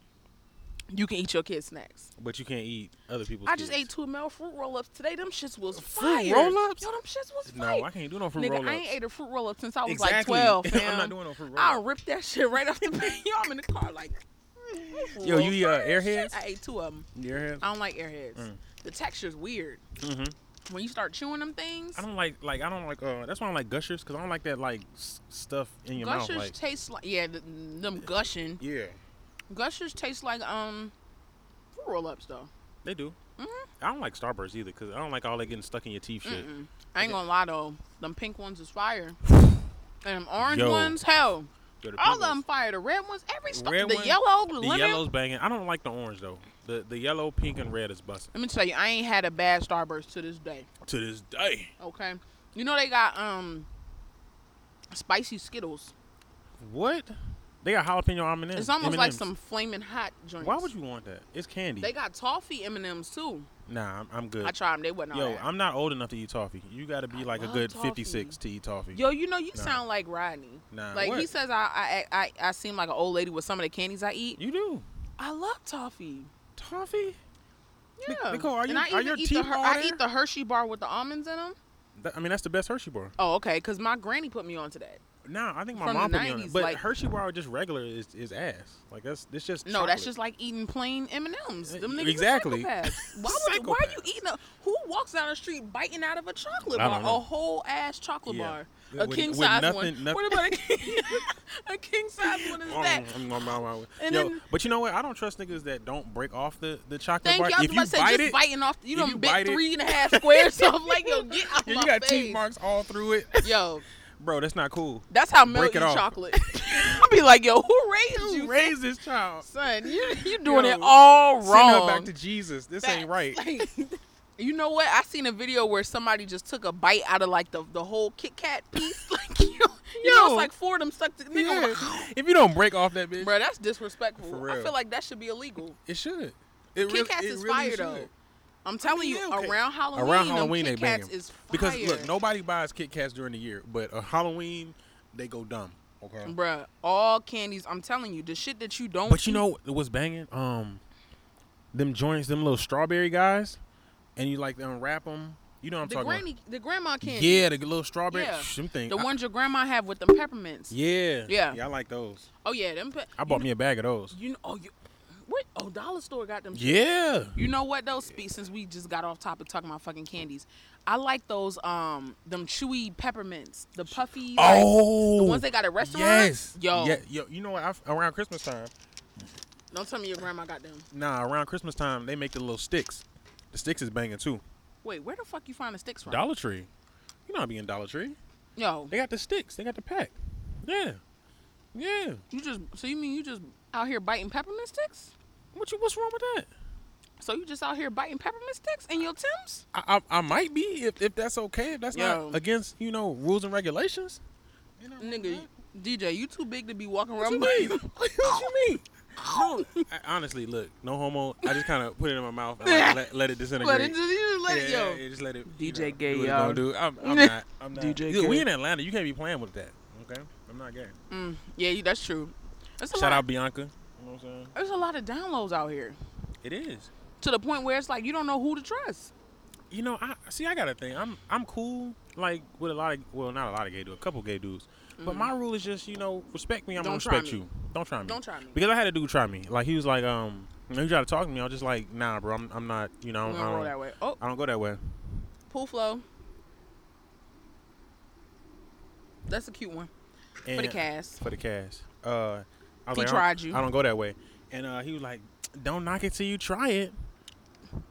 C: you can eat your kids' snacks.
B: But you can't eat other people's.
C: I just
B: kids.
C: ate two mil fruit roll ups today. Them shits was fire.
B: Fruit roll-ups?
C: Yo, them shits was fire.
B: No, I can't do no fruit
C: Nigga,
B: roll-ups.
C: I ain't ate a fruit roll up since I was like
B: Exactly.
C: 12.
B: I'm
C: Fam.
B: not doing no fruit
C: I
B: roll-ups.
C: ripped that shit right off the bat. Yo, I'm in the car like. mm-hmm.
B: Yo, you eat uh, airheads?
C: I ate two of them.
B: You airheads?
C: I don't like airheads.
B: Mm.
C: The texture's weird.
B: Mm-hmm.
C: When you start chewing them things,
B: I don't like like I don't like uh that's why I don't like gushers because I don't like that like s- stuff in your
C: gushers
B: mouth like
C: taste like yeah, th- them gushing.
B: yeah
C: Gushers taste like um fruit roll ups though.
B: they do.
C: Mhm.
B: I don't like Starburst either because I don't like all that getting stuck in your teeth shit.
C: Mm-mm. I ain't gonna lie though, them pink ones is fire. And them orange
B: Yo.
C: ones, hell,
B: Yo, the pink
C: all of them
B: ones-
C: fire. The red ones, every stuff.
B: Red
C: The
B: one,
C: yellow, the,
B: The
C: lemon.
B: yellow's banging. I don't like the orange though. The the yellow, pink, and red is busting
C: Let me tell you, I ain't had a bad Starburst to this day.
B: to this day.
C: Okay, you know they got um spicy Skittles.
B: What? They got jalapeno M and M's.
C: It's almost like some flaming hot joints.
B: Mm, Why would you want that? It's candy.
C: They got toffee M and M's too.
B: nah, I'm, I'm good.
C: I tried them. They wasn't all
B: Yo,
C: that.
B: I'm not old enough to eat toffee. You got to be
C: I
B: like a
C: love
B: good
C: toffee.
B: 56 to eat toffee.
C: Yo, you know you
B: Nah.
C: sound like Rodney.
B: nah,
C: like he
B: what?
C: says, I, I I I seem like an old lady with some of the candies I eat.
B: you do
C: I love toffee.
B: toffee.
C: Yeah.
B: Nic- Nicole, are
C: And
B: you-
C: I
B: are
C: even
B: your
C: eat
B: teeth
C: the, Her-
B: all
C: I
B: there?
C: eat the Hershey bar with the almonds in them.
B: That- I mean, that's the best Hershey bar.
C: Oh, okay, cause my granny put me onto that.
B: Nah, I think my
C: From the
B: mom put me on
C: 90s,
B: it. But
C: like-
B: Hershey bar just regular is, is ass. Like that's this just
C: No, that's
B: chocolate.
C: just like eating plain M and M's.
B: Uh,
C: Them niggas
B: exactly.
C: Are E, psychopaths. why would you, why are you
B: Psychopaths.
C: eating? A, who walks down the street biting out of a chocolate
B: I
C: bar,
B: don't know.
C: a whole ass chocolate
B: Yeah.
C: bar,
B: With-
C: a
B: with-
C: king
B: with
C: size
B: nothing-
C: one?
B: nothing-
C: What about a king, a king size one is that?
B: Mm, mm, mm, mm, mm.
C: And
B: Yo,
C: then-
B: but you know what? I don't trust niggas that don't break off the, the chocolate
C: Thank
B: bar.
C: you. I was
B: if
C: about
B: you
C: to say,
B: bite
C: just
B: it,
C: biting off. You
B: if
C: done
B: you
C: bit
B: bite it-
C: three and a half squares. So I'm like, yo, get out
B: yeah,
C: my
B: you got
C: face.
B: teeth marks all through it,
C: Yo,
B: bro. That's not cool.
C: that's how milk
B: Break it
C: eat
B: off.
C: chocolate. I'll be like, yo, who raised
B: You
C: you,
B: raised this child.
C: son? You you doing
B: Yo,
C: it all
B: Send her
C: wrong.
B: back to Jesus. This ain't right.
C: Like, you know what? I seen a video where somebody just took a bite out of like the, the whole Kit Kat piece. Like you, know- you know,
B: Yo.
C: it's like four of them stuck to nigga.
B: Yeah.
C: Like,
B: If you don't break off that bitch,
C: Bro, that's disrespectful.
B: For
C: I
B: real.
C: feel like that should be illegal.
B: it should. It
C: Kit Kats
B: it
C: is fire
B: should.
C: though. I'm telling you,
B: Yeah, okay.
C: around Halloween,
B: Around
C: them
B: Halloween,
C: Kit
B: they ban
C: Kats
B: them.
C: is fire.
B: Because look, nobody buys Kit Kats during the year, but uh, Halloween they go dumb. Okay.
C: Bruh, all candies. I'm telling you, the shit that you don't.
B: But you
C: eat-
B: know what's banging? Um, them joints, them little strawberry guys, and you like unwrap them. You know what I'm
C: the
B: talking
C: granny, the grandma
B: about?
C: candy.
B: Yeah, the little strawberry.
C: Yeah.
B: Shh, them thing.
C: The
B: I-
C: ones your grandma have with them peppermints.
B: yeah.
C: Yeah.
B: I like those.
C: Oh yeah, them. Pe-
B: I bought
C: you
B: me a bag of those.
C: Know, you know, oh you, what? Oh, dollar store got them. shit.
B: Yeah.
C: You know what though? Speak since we just got off topic talking about fucking candies. I like those um them chewy peppermints, the puffy. like,
B: Oh.
C: the ones they got at restaurants.
B: Yes.
C: Yo,
B: Yeah, yo. You know what? I, around Christmas time.
C: don't tell me your grandma got them.
B: Nah, around Christmas time they make the little sticks. The sticks is banging too.
C: Wait, where the fuck you find the sticks from?
B: Dollar Tree. You know I be in Dollar Tree.
C: Yo,
B: They got the sticks. They got the pack. Yeah. Yeah.
C: you just so you mean you just out here biting peppermint sticks?
B: What you? What's wrong with that?
C: So you just out here biting peppermint sticks in your Tim's?
B: I, I, I might be if, if that's okay. If that's
C: Yo.
B: not against you know rules and regulations. You know,
C: Nigga, DJ, you too big to be walking
B: Mm-hmm. What you
C: around. biting-
B: mean? what you mean? No, I, honestly, look, no homo. I just kind of put it in my mouth and like, let, let it disintegrate.
C: But it just, you just let it,
B: yeah,
C: yo.
B: yeah, just let it.
C: DJ
B: you know,
C: gay,
B: do what it
C: y'all.
B: gonna do. I'm, I'm not. I'm not.
C: DJ
B: Look,
C: gay.
B: we in Atlanta. You can't be playing with that. Okay, I'm not gay.
C: Mm, yeah, you- that's true. That's a
B: Shout
C: lot,
B: out Bianca. You know what I'm saying?
C: There's a lot of downloads out here
B: It is.
C: to the point where it's like you don't know who to trust.
B: You know, I see. I got a thing. I'm I'm cool. Like with a lot of well, not a lot of gay dudes, a couple gay dudes. But my rule is just you know respect me. I'm
C: Mm-hmm. Don't try
B: gonna respect
C: me.
B: you. Don't try me.
C: Don't try me.
B: Because I had a dude try me. Like he was like, um, when he tried to talk to me. I was just like, nah, bro. I'm, I'm not. You know, I
C: We
B: don't,
C: don't
B: I
C: roll
B: don't-
C: that way. Oh,
B: I don't go that way. Mm-hmm.
C: pool flow. That's a cute one
B: And
C: for the cast.
B: For the cash. uh, I was like,
C: He
B: I don't-
C: tried you.
B: I don't go that way. And uh, he was like, don't knock it till you try it.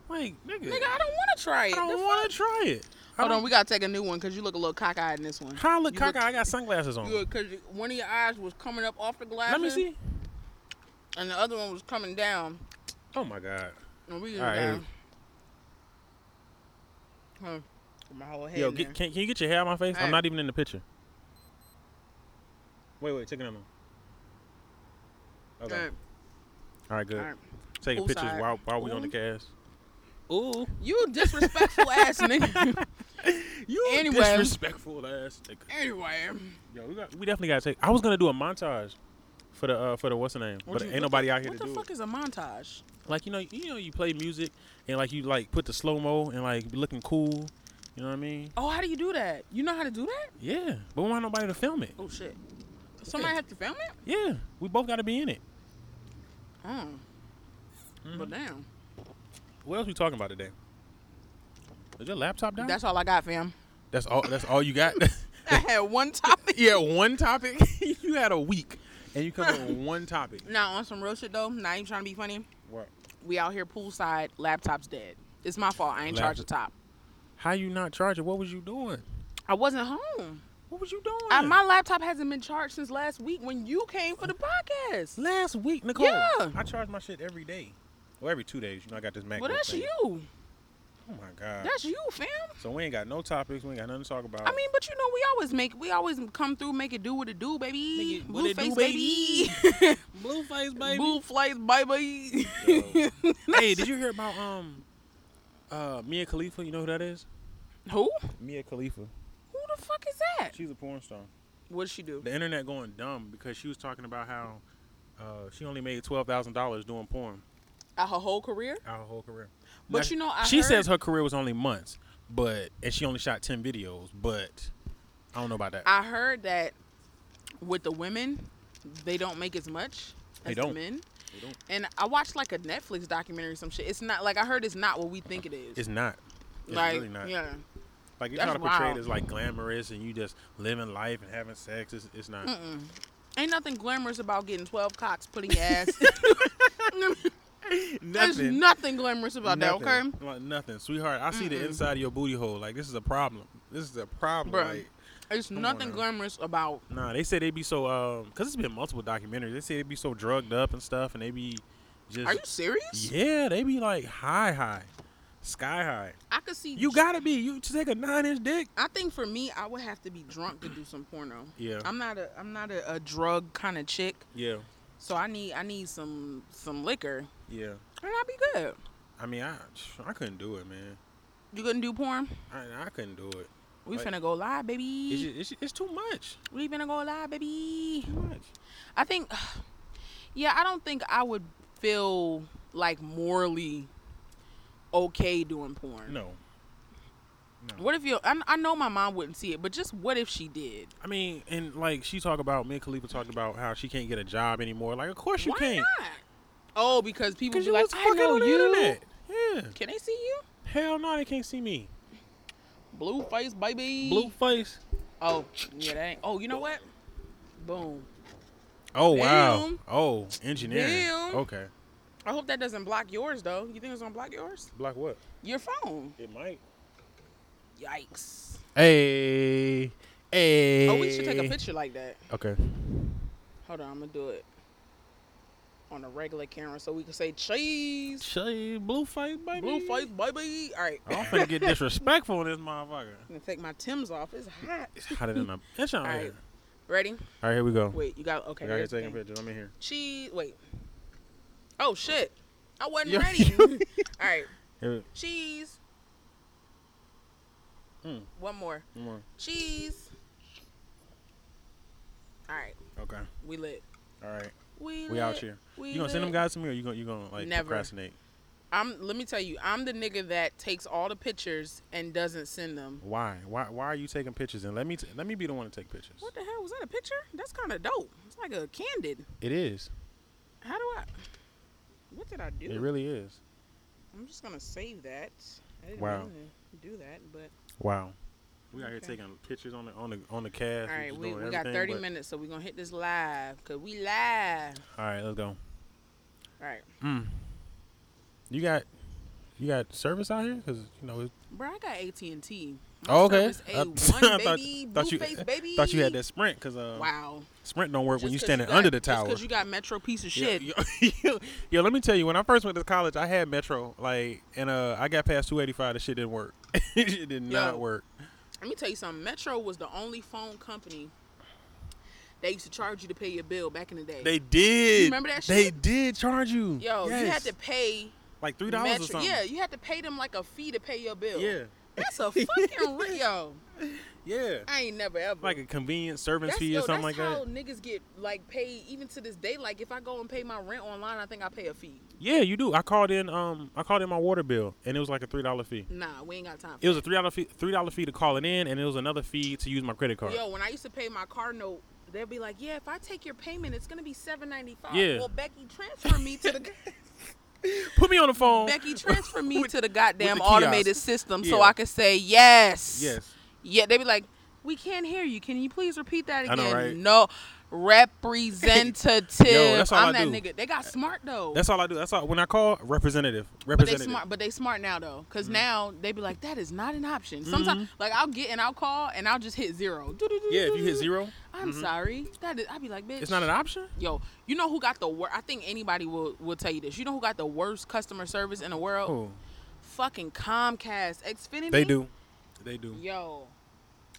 B: Like, nigga,
C: Nigga, I don't want to try it.
B: I
C: The
B: don't
C: fuck?
B: want to try it. I
C: Hold
B: don't-
C: on, we gotta take a new one because you look a little cockeyed in this one.
B: How I look
C: You look-
B: cockeyed? I got sunglasses on.
C: Good, cause you- one of your eyes was coming up off the glass.
B: Let me see.
C: And the other one was coming down.
B: Oh my god.
C: And we was
B: All right, here.
C: down. Huh. Put My whole head.
B: Yo,
C: in
B: get,
C: there.
B: can, can you get your hair out my face? I'm
C: All right.
B: not even in the picture. Wait, wait, take another one. Okay.
C: All right,
B: All right, good.
C: all right.
B: Taking
C: Poolside.
B: pictures while, while we on the
C: Ooh.
B: cast. Ooh.
C: You disrespectful ass nigga.
B: You
C: Anyway.
B: disrespectful ass nigga.
C: Anyway,
B: Yo, we, got, we definitely gotta take. I was gonna do a montage for the uh, for the what's the name,
C: What
B: but
C: you-
B: ain't
C: what
B: nobody
C: the-
B: out here
C: What
B: to
C: the
B: do
C: fuck
B: it.
C: is a montage?
B: Like you know, you know, you play music and like you like put the slow mo and like be looking cool. You know what I mean?
C: Oh, how do you do that? You know how to do that?
B: Yeah, but we want nobody to film it.
C: Oh shit. Somebody have to film it?
B: Yeah, we both gotta be in it.
C: Oh. But damn.
B: What else we talking about today? Is your laptop down?
C: That's all I got, fam.
B: That's all. That's all you got.
C: I had one topic.
B: yeah, one topic. you had a week, and you come up with one topic.
C: Now on some real shit though, not even trying to be funny.
B: What?
C: We out here poolside, laptop's dead. It's my fault. I ain't charged the top.
B: How you not charging? What was you doing?
C: I wasn't home.
B: What was you doing?
C: I, my laptop hasn't been charged since last week when you came for the podcast.
B: Last week, Nicole.
C: Yeah.
B: I charge my shit every day. Well, every two days. You know, I got this MacBook.
C: Well, that's
B: thing.
C: you.
B: Oh my god.
C: That's you, fam.
B: so we ain't got no topics. We ain't got nothing to talk about.
C: I mean, but you know, we always make, we always come through, make it do what it do, baby.
B: Make it what it do,
C: Blueface, baby.
B: blueface
C: Blue flies, baby.
B: hey, did you hear about um, uh, Mia Khalifa? You know who that is?
C: Who?
B: Mia Khalifa.
C: Who the fuck is that?
B: She's a porn star.
C: What'd she do?
B: The internet going dumb because she was talking about how uh, she only made twelve thousand dollars doing porn
C: Uh, her whole career?
B: our whole career.
C: But
B: Now,
C: you know, I
B: she
C: heard-
B: says her career was only months, but and she only shot ten videos. But I don't know about that.
C: I heard that with the women, they don't make as much
B: They
C: as
B: don't.
C: the men.
B: They don't.
C: And I watched like a Netflix documentary or some shit. It's not like I heard it's not what we think it is.
B: It's not. It's
C: like
B: really not.
C: yeah.
B: Like you
C: That's
B: try to portray
C: wild.
B: it as like glamorous and you just living life and having sex. It's, it's not.
C: Ain't nothing glamorous about getting 12 cocks putting your ass. There's nothing glamorous about that, okay?
B: Nothing. Like nothing, sweetheart. I see the inside of your booty hole. Like this is a problem. This is a problem.
C: Bruh.
B: Like
C: There's
B: on
C: nothing
B: now.
C: glamorous about
B: nah, they say they be so um, cause it's been multiple documentaries. They say they be so drugged up and stuff, and they be just
C: Are you serious?
B: yeah, they be like high, high, sky high.
C: I could see
B: You gotta be. You to take a nine inch dick.
C: I think for me, I would have to be drunk to do some porno.
B: Yeah.
C: I'm not a I'm not a, a drug kind of chick,
B: Yeah,
C: so I need I need some some liquor and
B: yeah.
C: I'll be good.
B: I mean, I I couldn't do it, man.
C: You couldn't do porn?
B: I I couldn't do it.
C: We
B: Like-
C: finna go live, baby.
B: It's, just, it's, it's too much.
C: we finna go live, baby.
B: Too much.
C: I think yeah, I don't think I would feel like morally okay doing porn.
B: No.
C: What if you? I, I know my mom wouldn't see it, but just what if she did?
B: I mean, and like she talked about, me and Khalifa talked about how she can't get a job anymore. Like, of course you
C: Why
B: can't.
C: not? Oh, because people
B: Because
C: be
B: you
C: like,
B: was
C: I
B: fucking
C: know
B: on the
C: you.
B: internet. Yeah.
C: Can they see you?
B: Hell no, they can't see me.
C: Blue face, baby.
B: Blue face.
C: Oh, yeah, that ain't. Oh, you know what? Boom.
B: Oh wow.
C: Damn.
B: Oh, engineering.
C: Damn.
B: Okay.
C: I hope that doesn't block yours, though. You think it's gonna block yours?
B: Block what?
C: Your phone.
B: It might.
C: Yikes.
B: Hey. Hey.
C: Oh, we should
B: Eh.
C: take a picture like that.
B: Okay.
C: Hold on, I'm gonna do it on a regular camera so we can say cheese.
B: Shay, blue face, baby.
C: Blue face, baby. All right.
B: I'm finna get disrespectful in this motherfucker.
C: I'm gonna take my Tim's off. It's hot.
B: It's hotter than a bitch out
C: All right.
B: here.
C: Ready?
B: All right, here we go.
C: Wait, you got okay.
B: I got here
C: there's the
B: taking
C: thing.
B: pictures. I'm in here.
C: Cheese. Wait. Oh shit! I wasn't
B: Yo-
C: ready. All right.
B: Here,
C: Cheese.
B: Mm.
C: One more.
B: come on.
C: Cheese. All right,
B: Okay.
C: we lit.
B: All right.
C: We,
B: We out
C: lit.
B: here.
C: We
B: You gonna send them
C: lit.
B: guys to me, or you gonna you gonna like
C: Never.
B: procrastinate?
C: I'm. Let me tell you, I'm the nigga that takes all the pictures and doesn't send them.
B: Why? Why? Why are you taking pictures? And let me t- let me be the one to take pictures.
C: What the hell was that? A picture? That's kind of dope. It's like a candid.
B: It is.
C: How do I? What did I do?
B: It really is.
C: I'm just gonna save that. I didn't
B: Wow.
C: mean to do that, but
B: Wow. We out here taking pictures on the on the on the cast.
C: All
B: We
C: right,
B: just
C: we,
B: doing
C: we got
B: everything,
C: 30
B: but-
C: minutes, so we're going to hit this live because we live.
B: All right, let's go.
C: All right.
B: You got you got service out here because you know. It,
C: Bro, I got AT&T. My
B: oh, okay.
C: service
B: I-
C: A1,
B: I thought-
C: baby.
B: thought you
C: Blueface, baby.
B: thought you had that Sprint because uh
C: Wow.
B: Sprint don't work when
C: Just
B: you
C: 'cause
B: standing
C: got-
B: under the
C: just
B: tower.
C: 'cause you got Metro piece of
B: Yeah,
C: shit.
B: Yo, yo, let me tell you, when I first went to college, I had Metro, like, and uh, I got past 285. The shit didn't work. it did not work.
C: Let me tell you something. Metro was the only phone company that used to charge you to pay your bill back in the day.
B: They did.
C: remember that
B: They
C: shit?
B: did charge you.
C: Yo, you had
B: Yes.
C: to pay
B: like three dollars or
C: Metro-
B: something.
C: Yeah, you had to pay them like a fee to pay your bill.
B: yeah,
C: That's a fucking re- yo.
B: yeah.
C: I ain't never ever.
B: Like a convenience service
C: that's,
B: fee
C: yo,
B: or something like
C: that's how
B: that.
C: niggas get like paid even to this day. Like if I go and pay my rent online, I think I pay a fee.
B: Yeah, you do. I called in. Um, I called in my water bill, and it was like a three dollar fee.
C: Nah, we ain't got time.
B: It
C: For
B: was a three dollar fee, three dollar fee to call it in, and it was another fee to use my credit card.
C: Yo, when I used to pay my car note, they'd be like, "Yeah, if I take your payment, it's gonna be seven ninety five.
B: Yeah.
C: Well, Becky, transfer me to the.
B: Put me on the phone.
C: Becky, transfer me to the
B: with
C: goddamn
B: the kiosk.
C: automated system so
B: Yeah.
C: I can say yes.
B: Yes.
C: Yeah, they be like, we can't hear you. Can you please repeat that
B: I
C: again?
B: know, right?
C: No. Representative.
B: Yo, that's all
C: I'm
B: I do.
C: that nigga. They got smart though.
B: That's all I do. That's all. When I call representative,
C: but they
B: representative. Mm-hmm.
C: smart but they smart now though. because now they be like, that is not an option. Sometimes like I'll get and I'll call and I'll just hit zero. Do-do-do-do-do-do.
B: Yeah, if you hit zero, mm-hmm.
C: I'm sorry. That is, I'd be like, bitch.
B: it's not an option.
C: Yo, you know who got the worst? I think anybody will will tell you this. You know who got the worst customer service in the world?
B: Oh,
C: Fucking Comcast, Xfinity.
B: they do. They do.
C: Yo,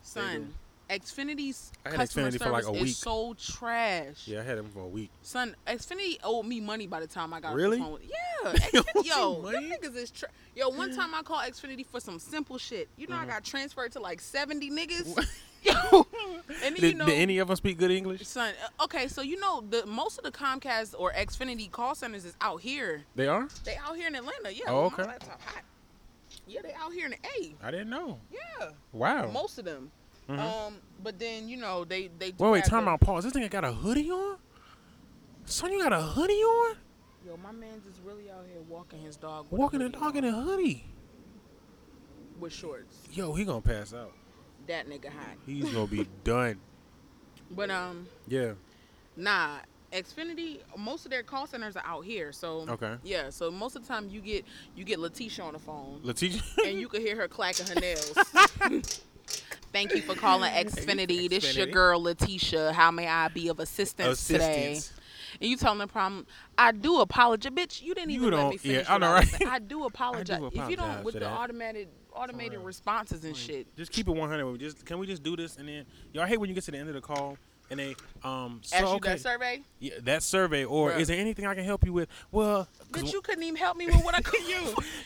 C: son, Xfinity's
B: I had
C: customer
B: Xfinity
C: service
B: for, like, a week.
C: is so trash.
B: Yeah, I had them for a week.
C: Son, Xfinity owed me money by the time I got
B: Really?
C: off the phone. With,
B: They
C: yeah.
B: owed you
C: Xfinity, yo, them
B: money?
C: niggas is tra- Yo, one time I called Xfinity for some simple shit. You know,
B: Mm-hmm.
C: I got transferred to like 70 niggas. yo, and then,
B: Did,
C: you know.
B: did any of them speak good English?
C: Son, uh, okay, so you know the most of the Comcast or Xfinity call centers is out here.
B: They are.
C: They out here in Atlanta, yeah.
B: Oh,
C: my
B: okay.
C: laptop hot. Yeah, they out here in the A.
B: I didn't know.
C: Yeah,
B: Wow.
C: most of them. Um, but then you know they they. do
B: Mm-hmm. wait, wait.
C: have
B: Time
C: the-
B: out. Pause. This nigga got a hoodie on. Son, you got a hoodie on.
C: Yo, my man's is really out here walking his dog. with a
B: Walking and
C: hoodie
B: talking in a hoodie.
C: on with shorts.
B: Yo, he gonna pass out.
C: That nigga hot.
B: He's gonna be done.
C: But um,
B: Yeah.
C: Nah, Xfinity. Most of their call centers are out here, so
B: Okay.
C: Yeah, so most of the time you get you get Letitia on the phone,
B: Letitia.
C: and you can hear her clacking her nails. Thank you for calling Xfinity. This your
B: Xfinity.
C: girl Letitia. How may I be of assistance, today? And you telling the problem, I do apologize, bitch. You didn't
B: You
C: even let
B: don't-
C: me finish.
B: yeah, I
C: what
B: know,
C: was
B: right?
C: saying. I do apologize. If you
B: apologize
C: don't with
B: for
C: the
B: that.
C: automated automated
B: real.
C: responses and shit.
B: Just keep it 100. with me. Just can we just do this and then y'all hate when you get to the end of the call and they um so
C: Ask you
B: okay
C: that survey,
B: yeah, that survey or
C: Bruh.
B: is there anything I can help you with? Well,
C: bitch.
B: because
C: You couldn't even help me with what I could you.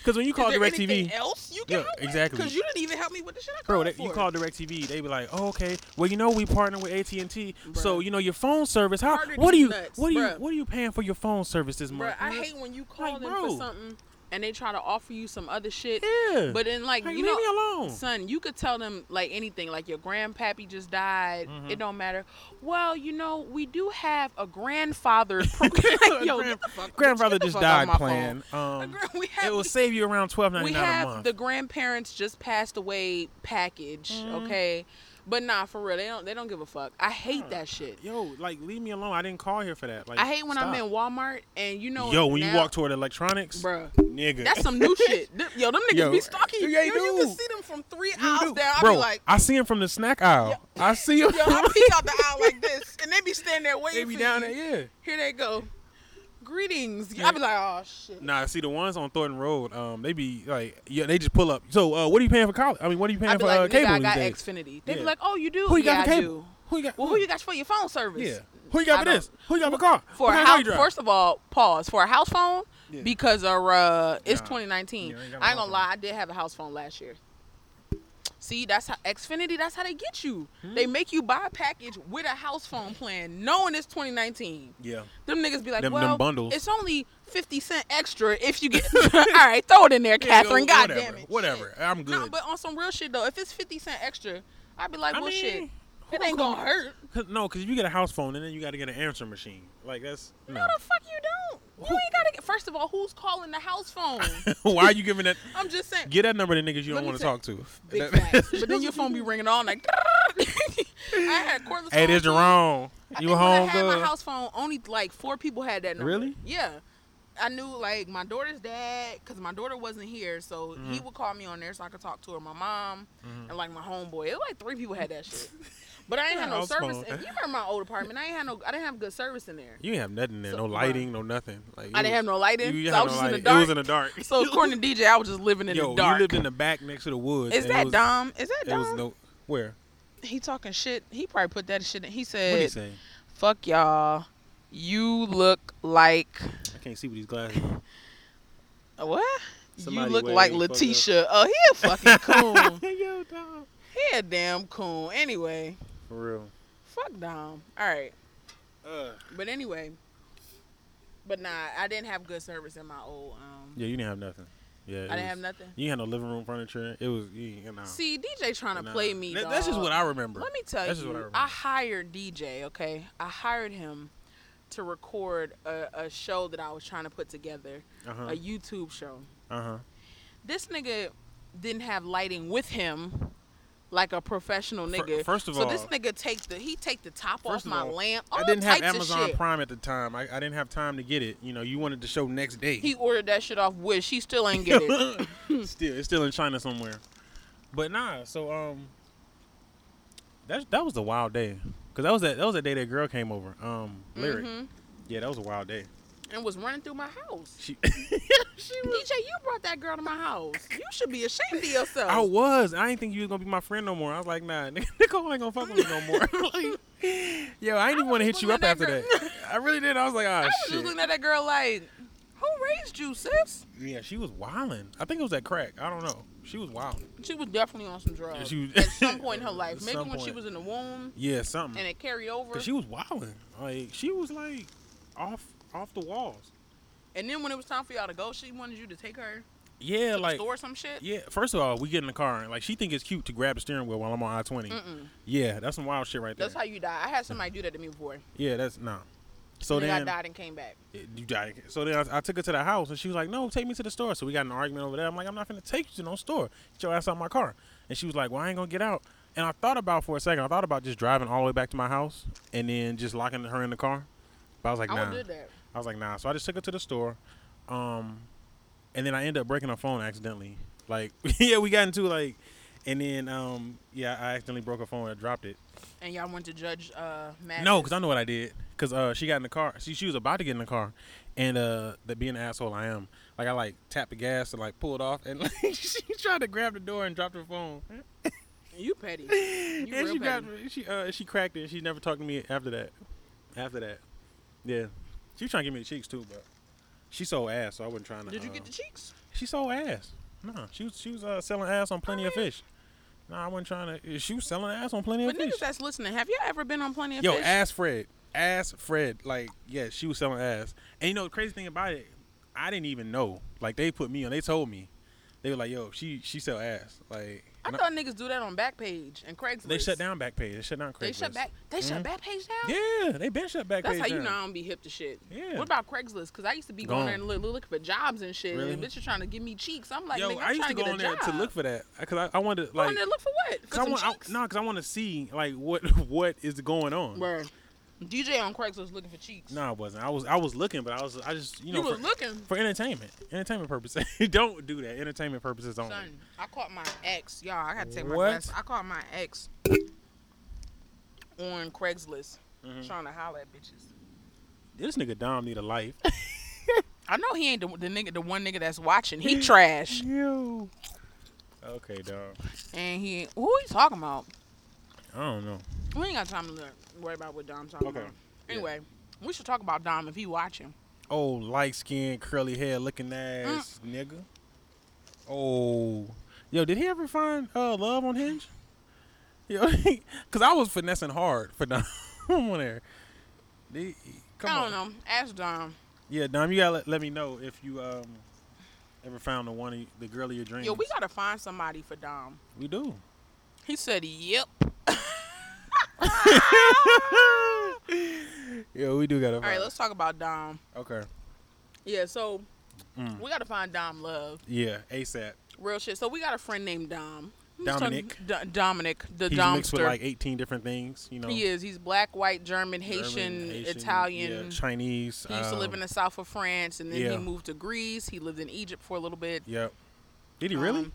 B: when you
C: Is
B: call
C: there
B: DirecTV,
C: anything else you
B: Yeah,
C: can help with?
B: exactly.
C: Because you didn't even help me with the shit I
B: bro,
C: called
B: they,
C: for.
B: you call DirecTV, they be like, oh, okay, well you know we partner with AT and T, so
C: Bruh.
B: you know your phone service. How
C: Harder
B: what are
C: than
B: you
C: nuts,
B: what are you
C: bruh.
B: what are you paying for your phone service this
C: Bruh,
B: month?
C: I
B: man?
C: hate when you call
B: Like,
C: them
B: bro.
C: for something and they try to offer you some other shit.
B: Yeah.
C: But then, like,
B: Like,
C: you
B: leave
C: know,
B: me alone.
C: son, you could tell them like anything. Like your grandpappy just died.
B: Mm-hmm.
C: It don't matter. Well, you know, we do have a grandfather program. Like, yo, get the fuck- bitch,
B: grandfather
C: get the
B: just
C: fuck out
B: died
C: my
B: plan.
C: phone.
B: Um,
C: Girl, we
B: it
C: have,
B: will save you around twelve ninety
C: we
B: nine a
C: have
B: month.
C: the grandparents just passed away package.
B: Mm-hmm.
C: Okay, but nah, for real, they don't they don't give a fuck. I hate that shit.
B: Yo, like leave me alone. I didn't call here for that. Like
C: I hate when I'm
B: stop.
C: in Walmart and you know.
B: Yo, when you
C: now-
B: walk toward electronics,
C: Bruh.
B: nigga.
C: That's some new shit. Them- Yo, them niggas
B: Yo,
C: be stalking you.
B: they
C: Yo, you
B: do.
C: can see them from three aisles down. I
B: bro,
C: be like,
B: I see him from the snack aisle. I see him.
C: yo, I peek out the aisle like this, and they be standing there waiting
B: they be
C: for
B: down
C: you.
B: there, yeah.
C: Here they go. Greetings. I be like, oh shit.
B: Nah, see the ones on Thornton Road, um, they be like, yeah, they just pull up. So, uh, what are you paying for college? I mean, what are you paying
C: I be
B: for uh,
C: like, nigga,
B: cable
C: I
B: these
C: got
B: days?
C: Xfinity. They be
B: Yeah.
C: like, oh, you do?
B: Who you
C: yeah,
B: got for
C: I
B: cable?
C: do.
B: Who you got?
C: Well, who you got for your phone service?
B: Yeah. Who you got
C: I
B: for
C: don't-
B: this? Who you got for car?
C: For
B: What
C: a
B: kind of car
C: house,
B: you drive?
C: first of all, pause for a house phone
B: Yeah.
C: because of, uh, it's
B: Nah.
C: 2019.
B: Yeah, I
C: I
B: ain't
C: ain't
B: got no house
C: gonna lie,
B: phone.
C: I did have a house phone last year. See, that's how Xfinity. That's how they get you.
B: Hmm?
C: They make you buy a package with a house phone plan, knowing it's 2019.
B: Yeah.
C: Them niggas be like,
B: Them- them
C: well,
B: bundles.
C: it's only 50 cent extra if you get. all right, throw it in there, Catherine.
B: Yeah,
C: God
B: whatever,
C: damn it.
B: Whatever. I'm
C: No,
B: good.
C: but on some real shit though, if it's 50 cent extra, I'd be like,
B: I
C: well, shit,
B: mean,
C: it ain't gonna hurt.
B: Cause, no, because if you get a house phone and then you got to get an answer machine. Like that's no.
C: No, the fuck you don't. You ain't gotta get. First of all, who's calling the house phone?
B: Why are you giving that?
C: I'm just saying.
B: Get that number to niggas you
C: Let
B: don't
C: me
B: want to
C: tell-
B: talk to.
C: Big
B: That-
C: facts. But then your phone be ringing all night. I had cordless.
B: hey, there's
C: phone,
B: Jerome.
C: I
B: You
C: think
B: home,
C: When I had
B: girl?
C: my house phone, only like four people had that number.
B: Really?
C: Yeah. I knew like my daughter's dad, cause my daughter wasn't here, so he
B: Mm-hmm.
C: would call me on there so I could talk to her. My mom and like my homeboy. It was like three people had that shit. But I ain't had no
B: House
C: service.
B: phone.
C: In, you remember my old apartment? I ain't had no. I didn't have good service in there.
B: You ain't have nothing there.
C: So-
B: no lighting, no nothing. Like
C: I didn't have no lighting,
B: You
C: so I was just
B: lighting.
C: in the dark.
B: It was in the dark.
C: so according to DJ, I was just living in
B: Yo,
C: the dark.
B: you lived in the back next to the woods.
C: Is
B: and it
C: that
B: was-
C: Dom? Is that
B: It was
C: Dom?
B: no where.
C: he talking shit. He probably put that shit in. He
B: What he
C: said,
B: saying?
C: "Fuck y'all. You look like
B: I can't see with these glasses.
C: uh, what?
B: Somebody
C: you look
B: way
C: like
B: fucked up.
C: Letitia. Oh, he a fucking coon.
B: Yo, Dom.
C: he a damn coon. Anyway,
B: For real.
C: fuck Dom. All right,
B: Uh,
C: but anyway, but nah, I didn't have good service in my old. Um,
B: yeah, you didn't have nothing. Yeah, it
C: I didn't
B: was-
C: have nothing.
B: You ain't had no living room furniture. It was you, you know.
C: See, DJ trying to
B: nah.
C: play me.
B: That- That's just
C: dawg.
B: what I remember.
C: Let me tell
B: That's just
C: you,
B: what I
C: I,
B: remember.
C: hired DJ. Okay, I hired him to record a, a show that I was trying to put together,
B: Uh huh.
C: a YouTube show.
B: Uh huh.
C: This nigga didn't have lighting with him, like a professional
B: Fir-
C: nigga.
B: first of
C: so this
B: all-
C: nigga take the he take the top off
B: First of
C: my
B: all,
C: lamp. All
B: I didn't have
C: types of
B: Amazon
C: shit.
B: Prime at the time. I, I didn't have time to get it. You know, you wanted the show next day.
C: He ordered that shit off Wish. He still ain't get it.
B: still, it's still in China somewhere. But nah, so um, that that was a wild day, cause that was that that was the day that girl came over. Um, lyric.
C: Mhm.
B: Yeah, that was a wild day.
C: And was running through my house.
B: She,
C: DJ, you brought that girl to my house. You should be ashamed of yourself.
B: I was. I didn't think you was gonna be my friend no more. I was like, nah, nigga, Nicole ain't gonna fuck with me no more. like, yo, I didn't even want to
C: was
B: hit you up
C: looking at
B: after
C: that
B: that.
C: girl.
B: I really did. I was like, ah,
C: I was
B: shit.
C: just looking at that girl like, who raised you, sis?
B: Yeah, she was wilding. I think it was that crack. I don't know. She was wild.
C: She was definitely on some drugs
B: She was-
C: at some point in her life.
B: At
C: Maybe
B: some
C: when she
B: point.
C: was in the womb
B: Yeah, something.
C: and it carried over.
B: Cause she was wilding. Like she was like off off the walls.
C: and then when it was time for y'all to go, she wanted you to take her
B: Yeah,
C: to the
B: like
C: store or some shit.
B: yeah. First of all, we get in the car and like she think it's cute to grab the steering wheel while I'm on I twenty.
C: Mm-mm.
B: Yeah, that's some wild shit right there.
C: That's how you die. I had somebody do that to me before.
B: yeah, that's nah. So
C: and then I
B: then
C: died and came back.
B: Yeah, you died. So then I, I took her to the house and she was like, "No, take me to the store." So we got in an argument over there. I'm like, "I'm not gonna take you to no store. Get your ass out my car." And she was like, "Well, I ain't gonna get out." And I thought about for a second. I thought about just driving all the way back to my house and then just locking her in the car. But I was like,
C: I
B: "Nah."
C: would do that.
B: I was like, nah. So I just took her to the store, um, and then I ended up breaking her phone accidentally. Like, yeah, we got into like, and then um, yeah, I accidentally broke her phone. I dropped it.
C: And y'all went to judge uh, Matt.
B: No, because I know what I did. Because uh, she got in the car. She she was about to get in the car, and uh, that being an asshole I am, like I like tapped the gas and like pulled off, and like she tried to grab the door and dropped her phone.
C: you petty.
B: And
C: real
B: she grabbed
C: petty.
B: it. She uh, she cracked it. She never talked to me after that. After that, yeah, she was trying to give me the cheeks too, but she sold ass, so I wasn't trying to.
C: Did you
B: uh,
C: get the cheeks?
B: She sold ass. Nah, she was she was uh, selling ass on Plenty of Fish. Nah, I wasn't trying to. She was selling ass on Plenty
C: But
B: of Fish.
C: niggas that's listening, have y'all ever been on Plenty of
B: Yo,
C: Fish?
B: ass Fred, ass Fred. Like, yeah, she was selling ass. And you know the crazy thing about it, I didn't even know. Like they put me on. They told me. They were like, yo, she she sell ass. Like
C: I
B: and I-
C: thought niggas do that on Backpage and Craigslist.
B: they shut down Backpage. They shut down Craigslist.
C: They shut back. They shut
B: Mhm.
C: Backpage down.
B: Yeah, they been shut Backpage.
C: That's how you
B: down.
C: know I don't be hip to shit.
B: Yeah.
C: What about Craigslist? Because I used to be going
B: Gone.
C: there and look, looking for jobs and shit.
B: Really?
C: And bitches trying to give me cheeks. I'm like,
B: Yo,
C: nigga, I'm
B: I used to
C: trying
B: go
C: get
B: on
C: a
B: there
C: job.
B: to look for that because I, I wanted to
C: Going
B: like.
C: there to look for what? For
B: Cause I
C: some
B: want, I,
C: cheeks?
B: no, cause I want to see like what what is going on.
C: Word. DJ on Craigslist looking for cheeks.
B: No, I wasn't. I was I was looking, but I was I just you
C: You,
B: know
C: was
B: for,
C: looking.
B: for entertainment, entertainment purposes. Don't do that. Entertainment purposes only.
C: Son, I caught my ex. Y'all, I gotta take my
B: What?
C: glasses. I caught my ex on Craigslist
B: Mhm.
C: trying to holler at bitches.
B: This nigga Dom need a life.
C: I know he ain't the, the nigga, the one nigga that's watching. He trash,
B: You. Okay, dog.
C: and he who he talking about?
B: I don't know.
C: We ain't got time to learn, worry about what Dom talking
B: Okay.
C: about. Anyway, we should talk about Dom if he watching.
B: Oh, light skin, curly hair, looking ass
C: Mm.
B: nigga. Oh, yo, did he ever find uh love on Hinge? Yo, cause I was finessing hard for Dom on there. Did he- come
C: I
B: on.
C: don't know. Ask Dom.
B: Yeah, Dom, you gotta let, let me know if you um ever found the one of y- the girl of your dreams.
C: Yo, we gotta find somebody for Dom.
B: we do.
C: He said, "Yep."
B: yeah, we do gotta.
C: All right, let's talk about Dom.
B: Okay.
C: Yeah, so
B: Mm.
C: we gotta find Dom Love.
B: Yeah, ASAP.
C: Real shit. So we got a friend named Dom. I'm just
B: Dominic.
C: talking- D- Dominic, the
B: He's
C: Domster.
B: mixed with like 18 different things. You know,
C: He is. He's black, white,
B: German,
C: German, Haitian,
B: Haitian,
C: Italian.
B: yeah, Chinese. um,
C: He used to live in the south of France, and then
B: yeah.
C: he moved to Greece. He lived in Egypt for a little bit.
B: Yep. Did he really?
C: Um,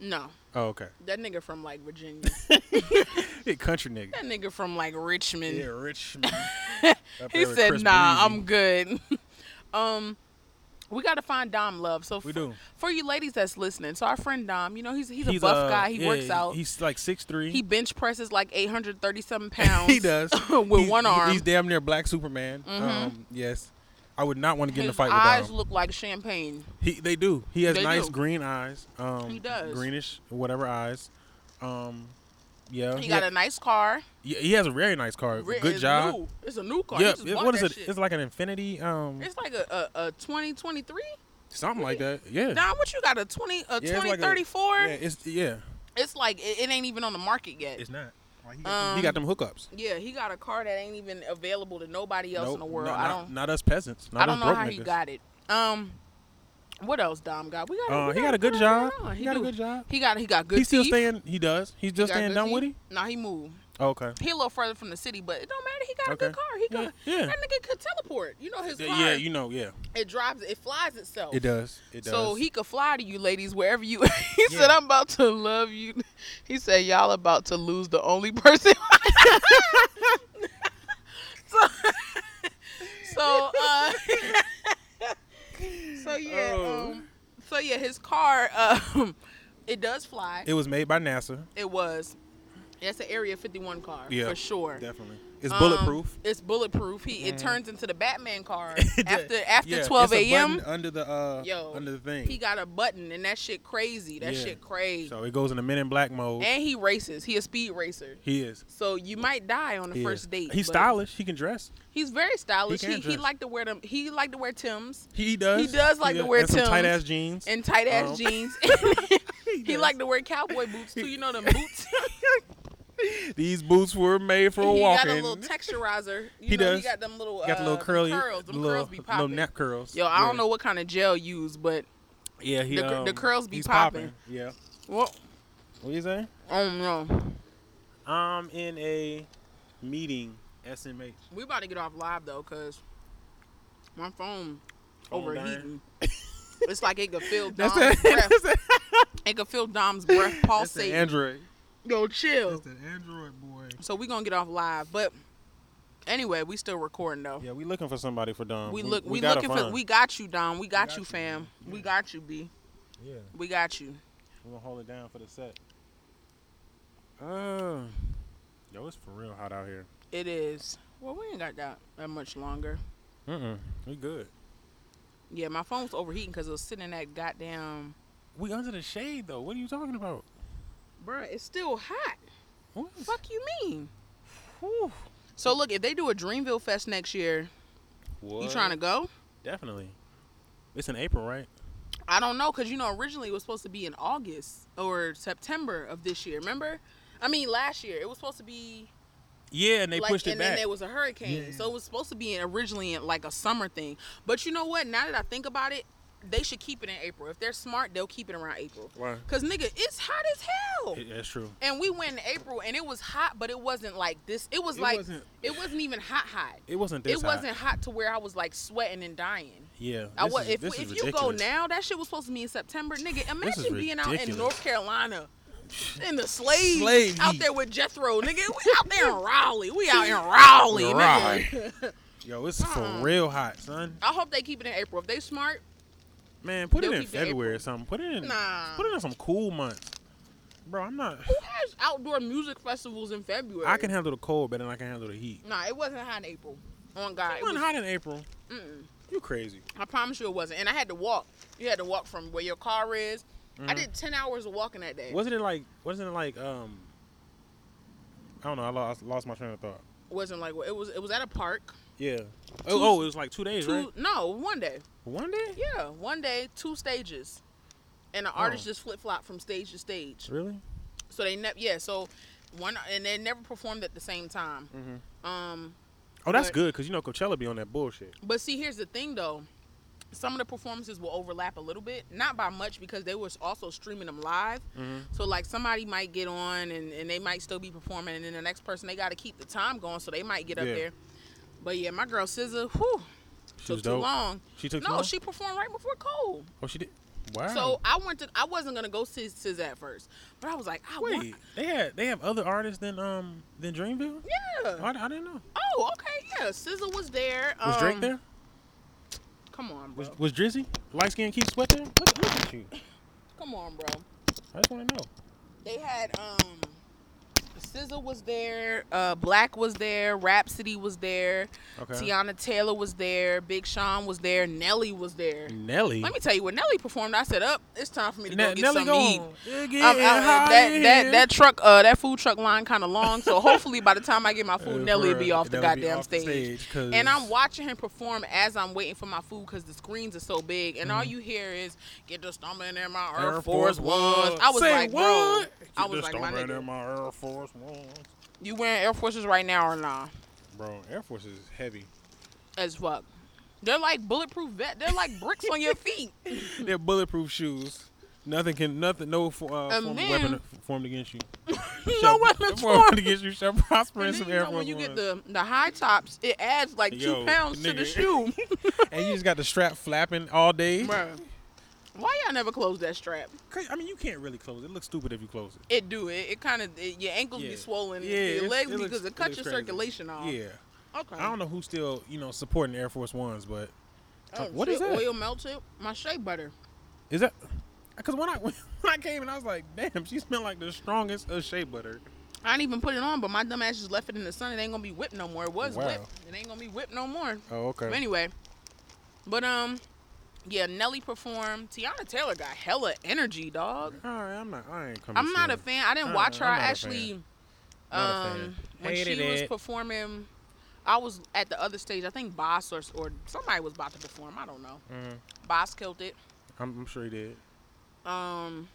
C: no,
B: oh, okay.
C: that nigga from like Virginia.
B: He a country nigga.
C: that nigga from like Richmond.
B: Yeah, rich. man. Up
C: he
B: there with
C: said,
B: Chris
C: "Nah,
B: Breezy.
C: I'm good." um, we got to find Dom Love. So
B: We
C: for,
B: do.
C: for you ladies that's listening. So our friend Dom, you know, he's he's, a buff
B: uh,
C: guy. He
B: yeah,
C: works out.
B: He's like six three.
C: he bench presses like 837 pounds.
B: he does
C: with
B: He's-
C: one
B: he-
C: arm. Mm-hmm.
B: He's damn near black Superman. Um, yes, I would not want to get in a
C: His
B: fight with
C: eyes
B: Dom.
C: look like champagne.
B: He, they do. He has
C: They
B: nice
C: do.
B: green eyes. Um,
C: He does.
B: greenish, whatever eyes. Um, yeah.
C: He got a nice car.
B: Yeah, he has a very nice car.
C: Re-
B: Good
C: it's
B: job.
C: New. It's a new car.
B: Yeah,
C: He just
B: it-
C: bought
B: what is
C: that
B: it?
C: shit.
B: It's like an infinity, um,
C: It's like a a, a 2023.
B: something like that. Yeah.
C: Don, what you got a 20 a
B: Yeah, it's like a-
C: 2034?
B: yeah,
C: it's,
B: it's yeah,
C: like it, it ain't even on the market yet.
B: it's not. Like, he,
C: Um,
B: got, he got them hookups.
C: Yeah, he got a car that ain't even available to nobody else in
B: Nope,
C: the world.
B: Not,
C: I
B: not-
C: don't
B: Not us peasants. Not
C: I don't
B: us
C: know
B: broke
C: how he
B: niggas.
C: got it. Um what else Dom got? We got
B: Uh,
C: we
B: he got a good
C: lot
B: job.
C: going on.
B: He got a
C: do.
B: good job.
C: He got he got good
B: He's still
C: teeth.
B: staying. He does. He's
C: He
B: just
C: got
B: staying
C: good
B: down with him.
C: teeth. Nah, he moved.
B: Oh, Okay.
C: He a little further from the city, but it don't matter. He got a good
B: Okay.
C: car. He
B: Yeah,
C: got
B: yeah.
C: that nigga could teleport. You know his car.
B: Yeah, yeah, you know, yeah.
C: it drives. It flies itself.
B: It does. It does.
C: So he could fly to you ladies wherever you. he said,
B: Yeah.
C: "I'm about to love you." He said, "Y'all about to lose the only person." so, so, uh, so yeah,
B: Oh.
C: um, so yeah, his car, um, it does fly.
B: It
C: It,
B: was made by NASA.
C: was. That's an Area 51 car
B: Yeah,
C: for sure.
B: Definitely. It's
C: Um,
B: bulletproof. Mm.
C: It's bulletproof. He it turns into the Batman car after after
B: Yeah,
C: 12
B: it's a
C: a.m.
B: button Under the uh,
C: Yo,
B: under the thing.
C: He got a button and that shit crazy. That
B: Yeah.
C: shit crazy.
B: so it goes in the Men in Black mode.
C: and he races. He a speed racer.
B: he is.
C: So you might die on the
B: He
C: first
B: is.
C: date.
B: He's
C: but
B: stylish. He can dress.
C: He's very stylish.
B: He can
C: He, he,
B: dress.
C: like to wear them. He like to wear Tims
B: He, he does.
C: He does like to wear
B: and some
C: Tims
B: tight ass jeans.
C: and tight ass
B: Um,
C: jeans. he
B: does.
C: like to wear cowboy boots too. You know them boots.
B: These boots were made for
C: he
B: walking.
C: got a little texturizer. You
B: He
C: know,
B: does.
C: He got them little.
B: Got the little
C: uh,
B: curly,
C: curls. Them
B: little,
C: curls be
B: little
C: popping.
B: nap curls.
C: Yo, I
B: yeah.
C: don't know what kind of gel used, but
B: Yeah, he,
C: The cur- the
B: um,
C: curls be
B: he's Yeah.
C: what?
B: What you say?
C: I don't know.
B: I'm in a meeting. SMH.
C: We about to get off live though, cause my phone,
B: Phone
C: overheating. it's like it could feel Dom's
B: That's it.
C: Um, breath.
B: That's it.
C: It could feel Dom's breath
B: That's an
C: pulsating.
B: Android.
C: Yo, chill.
B: That's an Android boy.
C: So we gonna get off live, but anyway, we still recording though.
B: Yeah, we looking for somebody for Dom.
C: We look, we,
B: gotta
C: looking for.
B: find.
C: We got you, Dom. We got,
B: got
C: you,
B: you,
C: fam.
B: man.
C: We
B: Yeah.
C: got you, B.
B: Yeah,
C: We got you.
B: we gonna hold it down for the set. Uh, yo, it's for real hot out here.
C: It is. Well, we ain't got that that much longer.
B: Mm-mm. We good.
C: Yeah, my phone was overheating because it was sitting in that goddamn.
B: We under the shade though. What are you talking about?
C: Bruh, it's still hot.
B: What?
C: Fuck you mean? So look, if they do a Dreamville Fest next year, you trying to go?
B: Definitely. It's in April, right?
C: I don't know, cause you know originally it was supposed to be in August or September of this year. Remember? I mean last year it was supposed to be
B: Yeah, and they
C: like,
B: pushed it
C: and
B: back.
C: then there was a hurricane,
B: Yeah.
C: so it was supposed to be in, originally in, like a summer thing. But you know what? Now that I think about it, they should keep it in April. If they're smart, they'll keep it around April.
B: Why?
C: Cause nigga, it's hot as hell.
B: It- that's true.
C: and we went in April and it was hot, but it wasn't like this. It was
B: It
C: like
B: wasn't-
C: it wasn't even hot hot.
B: It wasn't this
C: it
B: hot.
C: wasn't hot to where I was like sweating and dying.
B: Yeah.
C: I
B: this
C: wa-
B: is-
C: if
B: this is
C: if you go
B: ridiculous.
C: now, that shit was supposed to be in September, nigga.
B: is
C: Imagine being out in
B: ridiculous.
C: North Carolina in the slaves,
B: Slave
C: out
B: heat.
C: there with Jethro, nigga. We out there in Raleigh. We out in Raleigh, nigga.
B: Yo, it's
C: Uh-uh.
B: for real hot, son.
C: I hope they keep it in April. If they smart,
B: Man, put it
C: They'll
B: in
C: keep it April.
B: February or something. Put it in.
C: Nah.
B: Put it in some cool months, bro. I'm not.
C: who has outdoor music festivals in February?
B: I can handle the cold better than I can handle the heat.
C: Nah, it wasn't hot in April. On God,
B: It
C: it
B: wasn't
C: was-
B: hot in April.
C: Mm-mm.
B: You crazy?
C: I promise you it wasn't. And I had to walk. You had to walk from where your car is.
B: Mm-hmm.
C: I did ten hours of walking that day.
B: Wasn't it like? Wasn't it like? Um. I don't know. I lost lost my train of thought.
C: wasn't like it was. It was at a park.
B: Yeah. oh, oh, it was like two days,
C: Two,
B: right?
C: No, one day.
B: One day?
C: Yeah, one day, two stages, and the artist just flip flop from stage to stage.
B: Really?
C: So they never, yeah. So one, and they never performed at the same time.
B: Mhm.
C: Um,
B: Oh, that's
C: But-
B: good because you know Coachella be on that bullshit.
C: but see, here's the thing though. some of the performances will overlap a little bit, not by much because they were also streaming them live.
B: Mm-hmm.
C: So like somebody might get on and, and they might still be performing, and then the next person they got to keep the time going, so they might get up
B: Yeah.
C: there. But yeah, my girl SZA, whew,
B: She
C: took
B: was
C: too
B: dope.
C: long.
B: She took too
C: no,
B: long?
C: she performed right before Cole.
B: Oh, she did. Wow.
C: So I went to, I wasn't gonna go see SZA at first, but I was like, I
B: wait,
C: want,
B: they had they have other artists than um than Dreamville.
C: yeah.
B: Oh, I, I didn't know.
C: Oh, okay, yeah. SZA was there.
B: Was Drake
C: um,
B: there?
C: Come on, bro.
B: Was, was Drizzy? Light skin keep sweat there? Look, look at you.
C: Come on, bro.
B: I just want to know.
C: They had um SZA was there, uh Black was there, Rhapsody was there,
B: Okay.
C: Tiana Taylor was there, Big Sean was there, Nelly was there.
B: Nelly.
C: Let me tell you what Nelly performed. I said, "Up, it's time for me to go
B: Mm. Ne-
C: get
B: Nelly
C: something to eat."
B: gone. Yeah, get
C: I'm- I'm-
B: high
C: that that
B: here.
C: that truck, uh, that food truck line kind of long. So hopefully, by the time I get my food,
B: Uh,
C: Nelly will
B: bruh,
C: be off the
B: Nelly be
C: goddamn
B: off the
C: stage.
B: stage 'cause-
C: and I'm watching him perform as I'm waiting for my food because the screens are so big, and all
B: Mm-hmm.
C: you hear is "Get the stomach in my Air, Force Ones." I was
B: Say
C: like,
B: what?
C: bro, I was like, my
B: right
C: nigga,
B: my Air Force Ones.
C: you wearing Air Forces right now or nah?
B: Bro, Air Force is heavy.
C: As fuck. They're like bulletproof vet. They're like bricks on your feet.
B: They're bulletproof shoes. Nothing can, nothing, no fo- uh,
C: And
B: form of
C: then-
B: weapon formed against you.
C: no
B: Shall-
C: weapons
B: formed
C: formed.
B: against you shall prosper in
C: And
B: some
C: then, you
B: Air
C: know,
B: Force
C: when you get
B: Ones.
C: the, the high tops, it adds like two
B: Yo,
C: pounds to the
B: nigga.
C: shoe.
B: and you just got the strap flapping all day.
C: Bruh. Why y'all never close that strap?
B: Cra- I mean, you can't really close it. It looks stupid if you close it.
C: It do it. It kind of your ankles
B: Yeah.
C: be swollen,
B: Yeah,
C: your
B: it's-
C: legs
B: it looks-
C: because
B: it
C: it
B: looks
C: cuts your
B: crazy.
C: circulation off.
B: Yeah.
C: Okay.
B: I don't know who's still, you know, supporting Air Force Ones, but
C: Oh,
B: What is
C: shit,
B: that?
C: Oil melted. My shea butter.
B: is that? Because when I when I came and I was like, damn, she smelled like the strongest of shea butter.
C: I didn't even put it on, but my dumb ass just left it in the sun. It ain't gonna be whipped no more. It was
B: Wow.
C: whipped. It ain't gonna be whipped no more.
B: Oh, okay.
C: But anyway, but um, yeah, Nelly performed. Tiana Taylor got hella energy, dog.
B: All right, I'm not. I ain't coming.
C: I'm
B: to
C: not
B: it.
C: a fan. I didn't
B: Uh,
C: watch her.
B: I'm
C: I
B: not a
C: actually,
B: Not a
C: um,
B: fan.
C: when she
B: Hated
C: was
B: it.
C: performing, I was at the other stage. I think Boss or, or somebody was about to perform. I don't know.
B: Mhm.
C: Boss killed it.
B: I'm, I'm sure he did.
C: Um,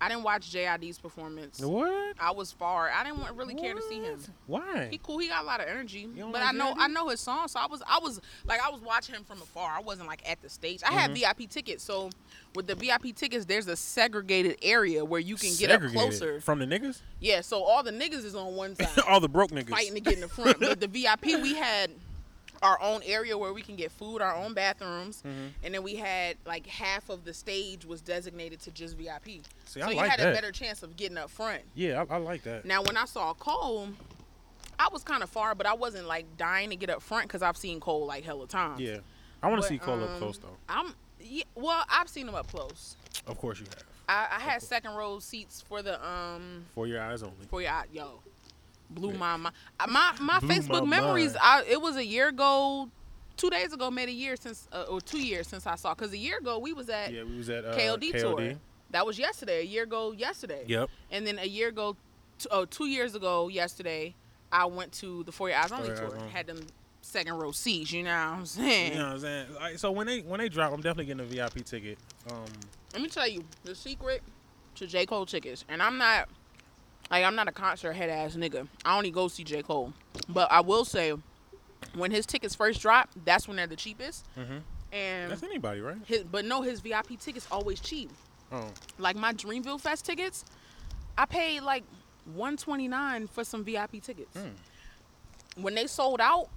C: I didn't watch JID's performance.
B: What?
C: I was far. I didn't want, really care to see him.
B: What? Why?
C: He cool. He got a lot of energy.
B: don't
C: But
B: like
C: I know
B: JID?
C: I know his song, so I was I was like I was watching him from afar. I wasn't like at the stage. I
B: Mm-hmm.
C: had VIP tickets, so with the VIP tickets, there's a segregated area where you can get up
B: Segregated
C: closer.
B: from the niggas.
C: Yeah, so all the niggas is on one side
B: all the broke niggas.
C: fighting to get in the front. But the VIP, we had our own area where we can get food, our own bathrooms,
B: Mm-hmm.
C: and then we had like half of the stage was designated to just VIP.
B: See,
C: so
B: I
C: you
B: like
C: had
B: that.
C: a better chance of getting up front.
B: Yeah, I, I like that.
C: Now, when I saw Cole, I was kind of far, but I wasn't like dying to get up front because I've seen Cole like hella times.
B: Yeah, I want
C: But,
B: to see Cole up
C: um,
B: close though.
C: I'm yeah, well, I've seen him up close.
B: Of course you have.
C: I, I had second row seats for the um
B: For your eyes only.
C: for y'all, yo. Blew my mind. I- My my
B: Blew
C: Facebook
B: my
C: memories.
B: mind.
C: I it was a year ago, two days ago, made a year since uh, or two years since I saw. Cause a year ago we was at
B: Yeah, we was at uh,
C: KLD, tour.
B: KLD.
C: That was yesterday. A year ago yesterday.
B: Yep.
C: And then a year ago, t- oh, two years ago yesterday, I went to the For Your Eyes Only
B: Your Eyes
C: tour.
B: Only.
C: Had them second row seats. You know what I'm saying?
B: You know what I'm saying? Like, so when they when they drop, I'm definitely getting a VIP ticket. Um,
C: Let me tell you the secret to J Cole tickets, and I'm not like I'm not a concert head ass nigga. I only go see J Cole, but I will say when his tickets first drop, that's when they're the cheapest.
B: Mhm.
C: And
B: that's anybody, right?
C: his, but no, his VIP tickets always cheap.
B: Oh,
C: Like my Dreamville Fest tickets, I paid like 129 for some VIP tickets.
B: Mm. Hmm.
C: When they sold out,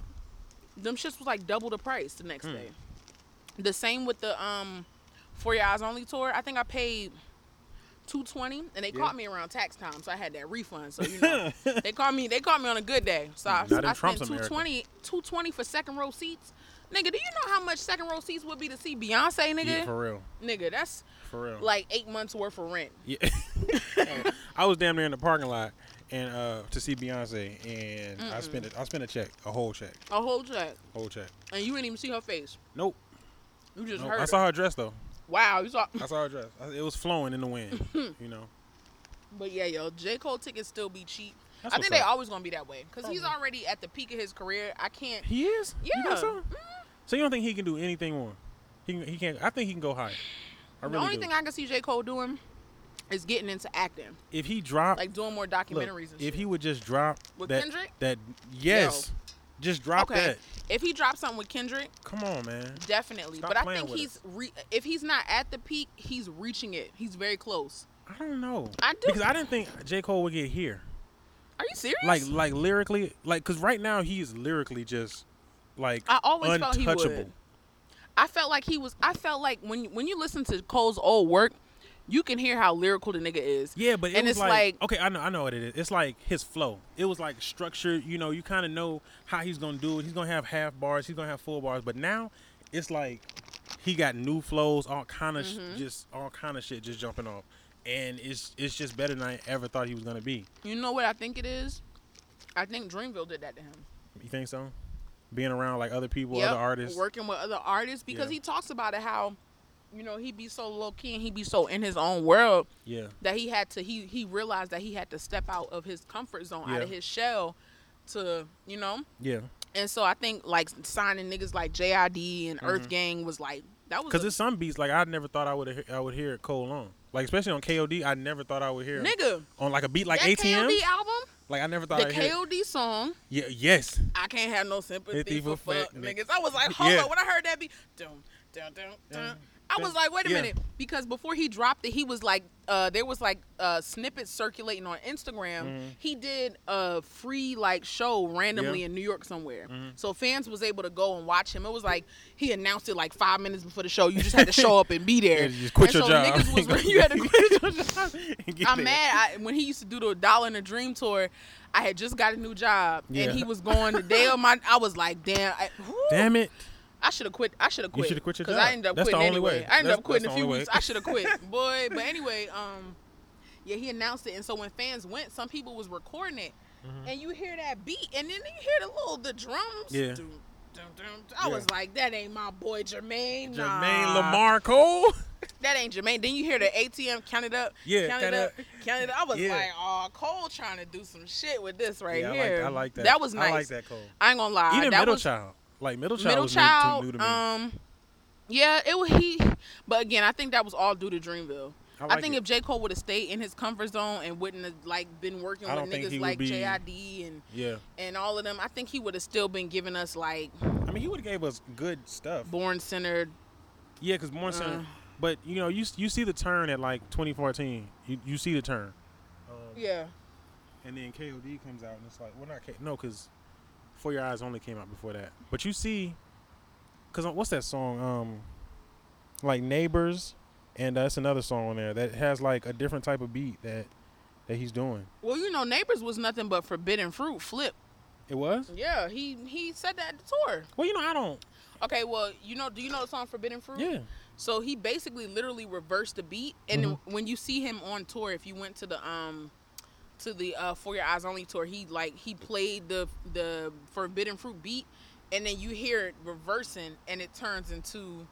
C: them shits was like double the price the next
B: Mm.
C: day. The same with the um For Your Eyes Only tour. I think I paid 220 and
B: Yeah.
C: they caught me around tax time, so I had that refund. So you know, they caught me they caught me on a good day. So I,
B: Hmm. Not in
C: I spent
B: Trump's America.
C: 220 220 for second row seats. Nigga, do you know how much second row seats would be to see Beyonce, nigga?
B: yeah, for Oh. real,
C: nigga, that's
B: for real.
C: like eight months worth of rent.
B: yeah. I was damn near in the parking lot and uh to see Beyonce, and I spent it. I spent a check, a whole check,
C: A whole check.
B: whole check.
C: And you didn't even see her face.
B: Nope,
C: You just
B: nope.
C: heard
B: I
C: her.
B: saw her dress though.
C: Wow, you saw
B: I saw her dress. I, it was flowing in the wind. you know,
C: But yeah, yo, J. Cole tickets still be cheap.
B: That's
C: I think
B: what's
C: they
B: up.
C: always gonna be that way. Cause he's already at the peak of his career. I can't
B: he is. You
C: Yeah. Mm-hmm.
B: think so? So you don't think he can do anything more? He can- he can't. I think he can go higher. I really
C: the only
B: do.
C: thing I can see J. Cole doing is getting into acting.
B: if he dropped
C: Like doing more
B: Look,
C: documentaries
B: if
C: and shit.
B: he would just drop
C: With
B: that,
C: Kendrick?
B: that yes, Just drop
C: okay.
B: that.
C: If he drops something with Kendrick,
B: Come on, man.
C: definitely.
B: Stop
C: but I
B: playing
C: think
B: with
C: he's re- if he's not at the peak, he's reaching it. He's very close.
B: I don't know.
C: I do.
B: Because I didn't think J. Cole would get here.
C: Are you serious?
B: Like, like lyrically, like, because right now he is lyrically just, like,
C: I always felt he
B: untouchable.
C: would. I felt like he was. I felt like when when you listen to Cole's old work, you can hear how lyrical the nigga is.
B: Yeah, but it
C: and
B: was
C: it's like,
B: okay, I know, I know what it is. It's like his flow. It was like structured. You know, you kind of know how he's gonna do it. He's gonna have half bars. He's gonna have full bars. But now, it's like he got new flows, all kind of
C: Mm-hmm.
B: sh- just all kind of shit just jumping off, and it's it's just better than I ever thought he was gonna be.
C: you know what I think it is. I think Dreamville did that to him.
B: You think so? Being around like other people,
C: Yep,
B: other artists.
C: working with other artists because
B: Yeah.
C: he talks about it how, you know, he be so low key and he be so in his own world
B: Yeah.
C: that he had to he he realized that he had to step out of his comfort zone, out of
B: Yeah.
C: his shell, to you know.
B: Yeah.
C: And so I think like signing niggas like JID and Earth Gang was like that was
B: Mm-hmm. Cause
C: a-
B: it's some beats like I never thought I would he- I would hear it Cole on. Like especially on KOD, I never thought I would hear him
C: nigga.
B: on like a beat like
C: that
B: ATM.
C: KOD album,
B: Like I never thought
C: the
B: I'd hear.
C: KOD song,
B: Yeah. Yes.
C: I can't have no sympathy
B: Sympathy
C: for,
B: for
C: fuck
B: fat
C: niggas. I was like, hold
B: Yeah.
C: on, when I heard that beat, dun, dun, dun, dun, I was like, wait a
B: Yeah.
C: minute, because before he dropped it, he was like, uh, there was like uh, snippets circulating on Instagram. He did a free like show
B: Mm-hmm.
C: randomly
B: Yeah. Mm-hmm.
C: in New York somewhere, so fans was able to go and watch him. It was like he announced it like five minutes before the show. You just had to show up and be there.
B: Yeah, just quit
C: and
B: your
C: so
B: job.
C: Niggas was, you had to quit your job.
B: Get
C: I'm
B: there.
C: mad. I, when he used to do the Dollar and a Dream tour, I had just got a new job,
B: Yeah.
C: and he was going the day of my. I was like, damn, I,
B: Damn it.
C: I should have quit. I should have quit.
B: shoulda quit your
C: because
B: job.
C: I ended up
B: That's the
C: quitting
B: only
C: anyway.
B: way.
C: I ended
B: That's-
C: up quitting
B: that's the
C: a few
B: only
C: weeks.
B: way.
C: I should have quit, boy. But anyway, um, yeah, he announced it, and so when fans went, some people was recording it,
B: Mm-hmm.
C: and you hear that beat, and then you hear the little the drums.
B: Yeah.
C: Dum, dum, dum. I
B: Yeah.
C: was like, that ain't my boy Jermaine.
B: Jermaine
C: nah.
B: Lamar Cole.
C: That ain't Jermaine. Then you hear the ATM count it up.
B: Yeah,
C: count
B: count
C: it
B: it
C: up. Count it up. I was
B: Yeah.
C: like, oh, Cole trying to do some shit with this right
B: yeah,
C: here.
B: I like, I like that.
C: That was nice.
B: I like that Cole.
C: I ain't gonna lie.
B: Even
C: that
B: Middle
C: was,
B: Child. Like Middle Child
C: middle
B: was
C: child.
B: new, to- new to me.
C: Um, yeah, it was he. But again, I think that was all due to Dreamville.
B: I
C: I,
B: like
C: think
B: it.
C: if J Cole would have stayed in his comfort zone and wouldn't have like been working
B: I
C: with
B: don't think he
C: niggas
B: would
C: like
B: be-
C: JID and
B: yeah.
C: and all of them, I think he would have still been giving us like
B: I mean, he would have gave us good stuff.
C: born centered.
B: Yeah, because more so.
C: Uh.
B: but you know, you you see the turn at like 2014. You you see the turn. Um,
C: Yeah,
B: And then KOD comes out and it's like, well, not K. No, because For Your Eyes only came out before that. But you see, because what's that song? Um, like Neighbors, and uh, that's another song on there that has like a different type of beat that that he's doing.
C: Well, you know, Neighbors was nothing but forbidden fruit flip.
B: It was.
C: Yeah, he he said that at the tour.
B: Well, you know, I don't.
C: Okay, well, you know, do you know the song Forbidden Fruit?
B: Yeah.
C: So he basically literally reversed the beat, and
B: Mm-hmm.
C: when you see him on tour, if you went to the um to the uh, For Your Eyes Only tour, he like he played the the Forbidden Fruit beat, and then you hear it reversing, and it turns into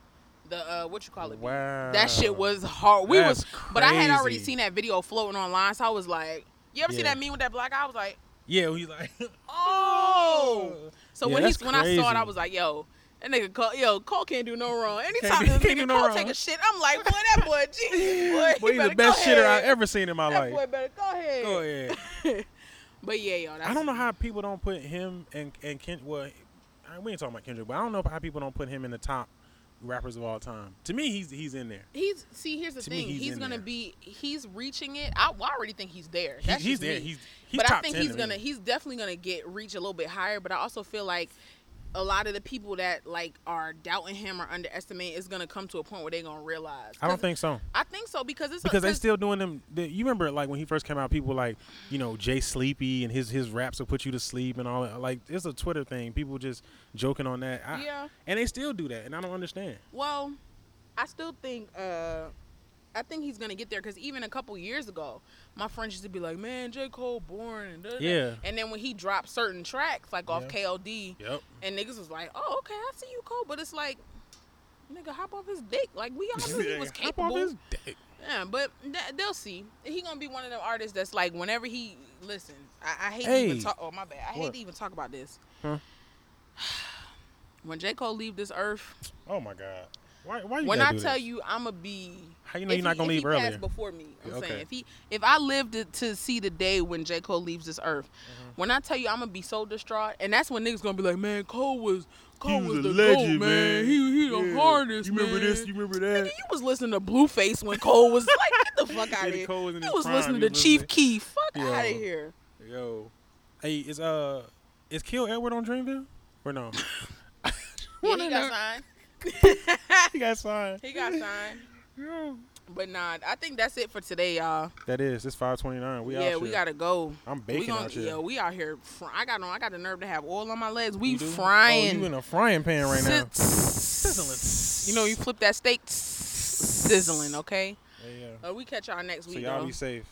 C: the uh, what you call it. beat.
B: Wow.
C: That shit was hard. We was,
B: That's
C: but I had already
B: crazy.
C: seen that video floating online, so I was like, you ever see
B: Yeah.
C: that meme with that black guy? I was like,
B: Yeah, he's like.
C: oh. So
B: Yeah,
C: when he's
B: that's
C: when I saw it, I
B: crazy.
C: was like, yo. That nigga Cole, yo, Cole can't do no wrong.
B: do-
C: Anytime
B: can't
C: this
B: do
C: nigga
B: no
C: Cole
B: wrong.
C: take a shit, I'm like, boy, that boy, Jesus, boy, he
B: Boy, he's
C: better
B: the best
C: go
B: shitter
C: ahead.
B: I've ever seen in my
C: That
B: life.
C: boy better go ahead.
B: Go ahead.
C: But yeah, yo, that's,
B: I don't know how people don't put him and and Ken. Well, I- we ain't talking about Kendrick, but I don't know how people don't put him in the top rappers of all time. To me, he's he's in there.
C: He's see, here's the
B: To me,
C: thing.
B: he's
C: he's
B: in
C: gonna
B: there.
C: be, he's reaching it. I, well, I already think he's there.
B: He-
C: That's
B: he's
C: just
B: there.
C: me.
B: He's he's
C: but
B: top
C: I think
B: 10
C: he's
B: to
C: gonna
B: me.
C: he's definitely gonna get reach a little bit higher. But I also feel like a lot of the people that like are doubting him or underestimating is gonna come to a point where they're gonna realize.
B: I don't
C: 'Cause
B: think so
C: I think so because it's
B: because
C: a,
B: they
C: 'cause-
B: still doing them. The, you remember like when he first came out, people like you know Jay Sleepy and his his raps will put you to sleep and all that. Like it's a Twitter thing. People just joking on that. I,
C: Yeah.
B: And they still do that, and I don't understand.
C: Well, I still think uh I think he's gonna get there because even a couple years ago, my friends used to be like, "Man, J Cole born and da, da, da."
B: Yeah.
C: And then when he dropped certain tracks like off
B: Yeah.
C: KLD,
B: Yep.
C: and niggas was like, "Oh, okay, I see you, Cole," but it's like. Nigga, hop off his dick. Like we all knew he was capable. Yeah, but th- they'll see. He gonna be one of them artists that's like, whenever he listen, I, I hate to
B: Hey.
C: even talk. Oh my bad, I hate
B: What?
C: to even talk about this.
B: Huh?
C: When J Cole leave this earth,
B: Oh my god. Why? Why you
C: when
B: gotta
C: I
B: do
C: tell
B: this?
C: you I'ma be
B: how you know
C: if
B: you're not
C: he-
B: gonna
C: if
B: leave
C: he passed
B: earlier?
C: before me. I'm
B: Yeah, okay.
C: saying if he if I lived to, to see the day when J Cole leaves this earth,
B: Mm-hmm.
C: when I tell you I'm gonna be so distraught, and that's when niggas gonna be like, man, Cole was Cole was,
B: was
C: the
B: a
C: goat,
B: legend,
C: man.
B: man.
C: He he the
B: Yeah.
C: hardest.
B: You remember
C: man.
B: this? You remember that?
C: Nigga, you was listening to Blueface when Cole was like, get the fuck
B: Yeah,
C: out of
B: the
C: here.
B: Cole was in
C: you
B: his
C: was
B: prime.
C: listening
B: You
C: to
B: was
C: Chief
B: listening-
C: Keef. Fuck
B: Yo.
C: out of here.
B: Yo, hey, is uh, is Kill Edward on Dreamville or no?
C: Yeah,
B: Wanna
C: he
B: know.
C: got signed.
B: he got signed.
C: He got signed.
B: Yo.
C: But nah, I think that's it for today, y'all.
B: That is. It's five twenty nine. We out
C: yeah,
B: here.
C: we gotta go.
B: I'm
C: We
B: baking
C: gonna,
B: out here.
C: Yo, we out here. Fr- I got on. I got the nerve to have oil on my legs. We
B: You do?
C: frying.
B: Oh, you in a frying pan right now.
C: Sit- You know, you flip that steak, sizzling. Okay.
B: Yeah, yeah.
C: Uh, we catch y'all next
B: So
C: week.
B: y'all
C: though.
B: be safe.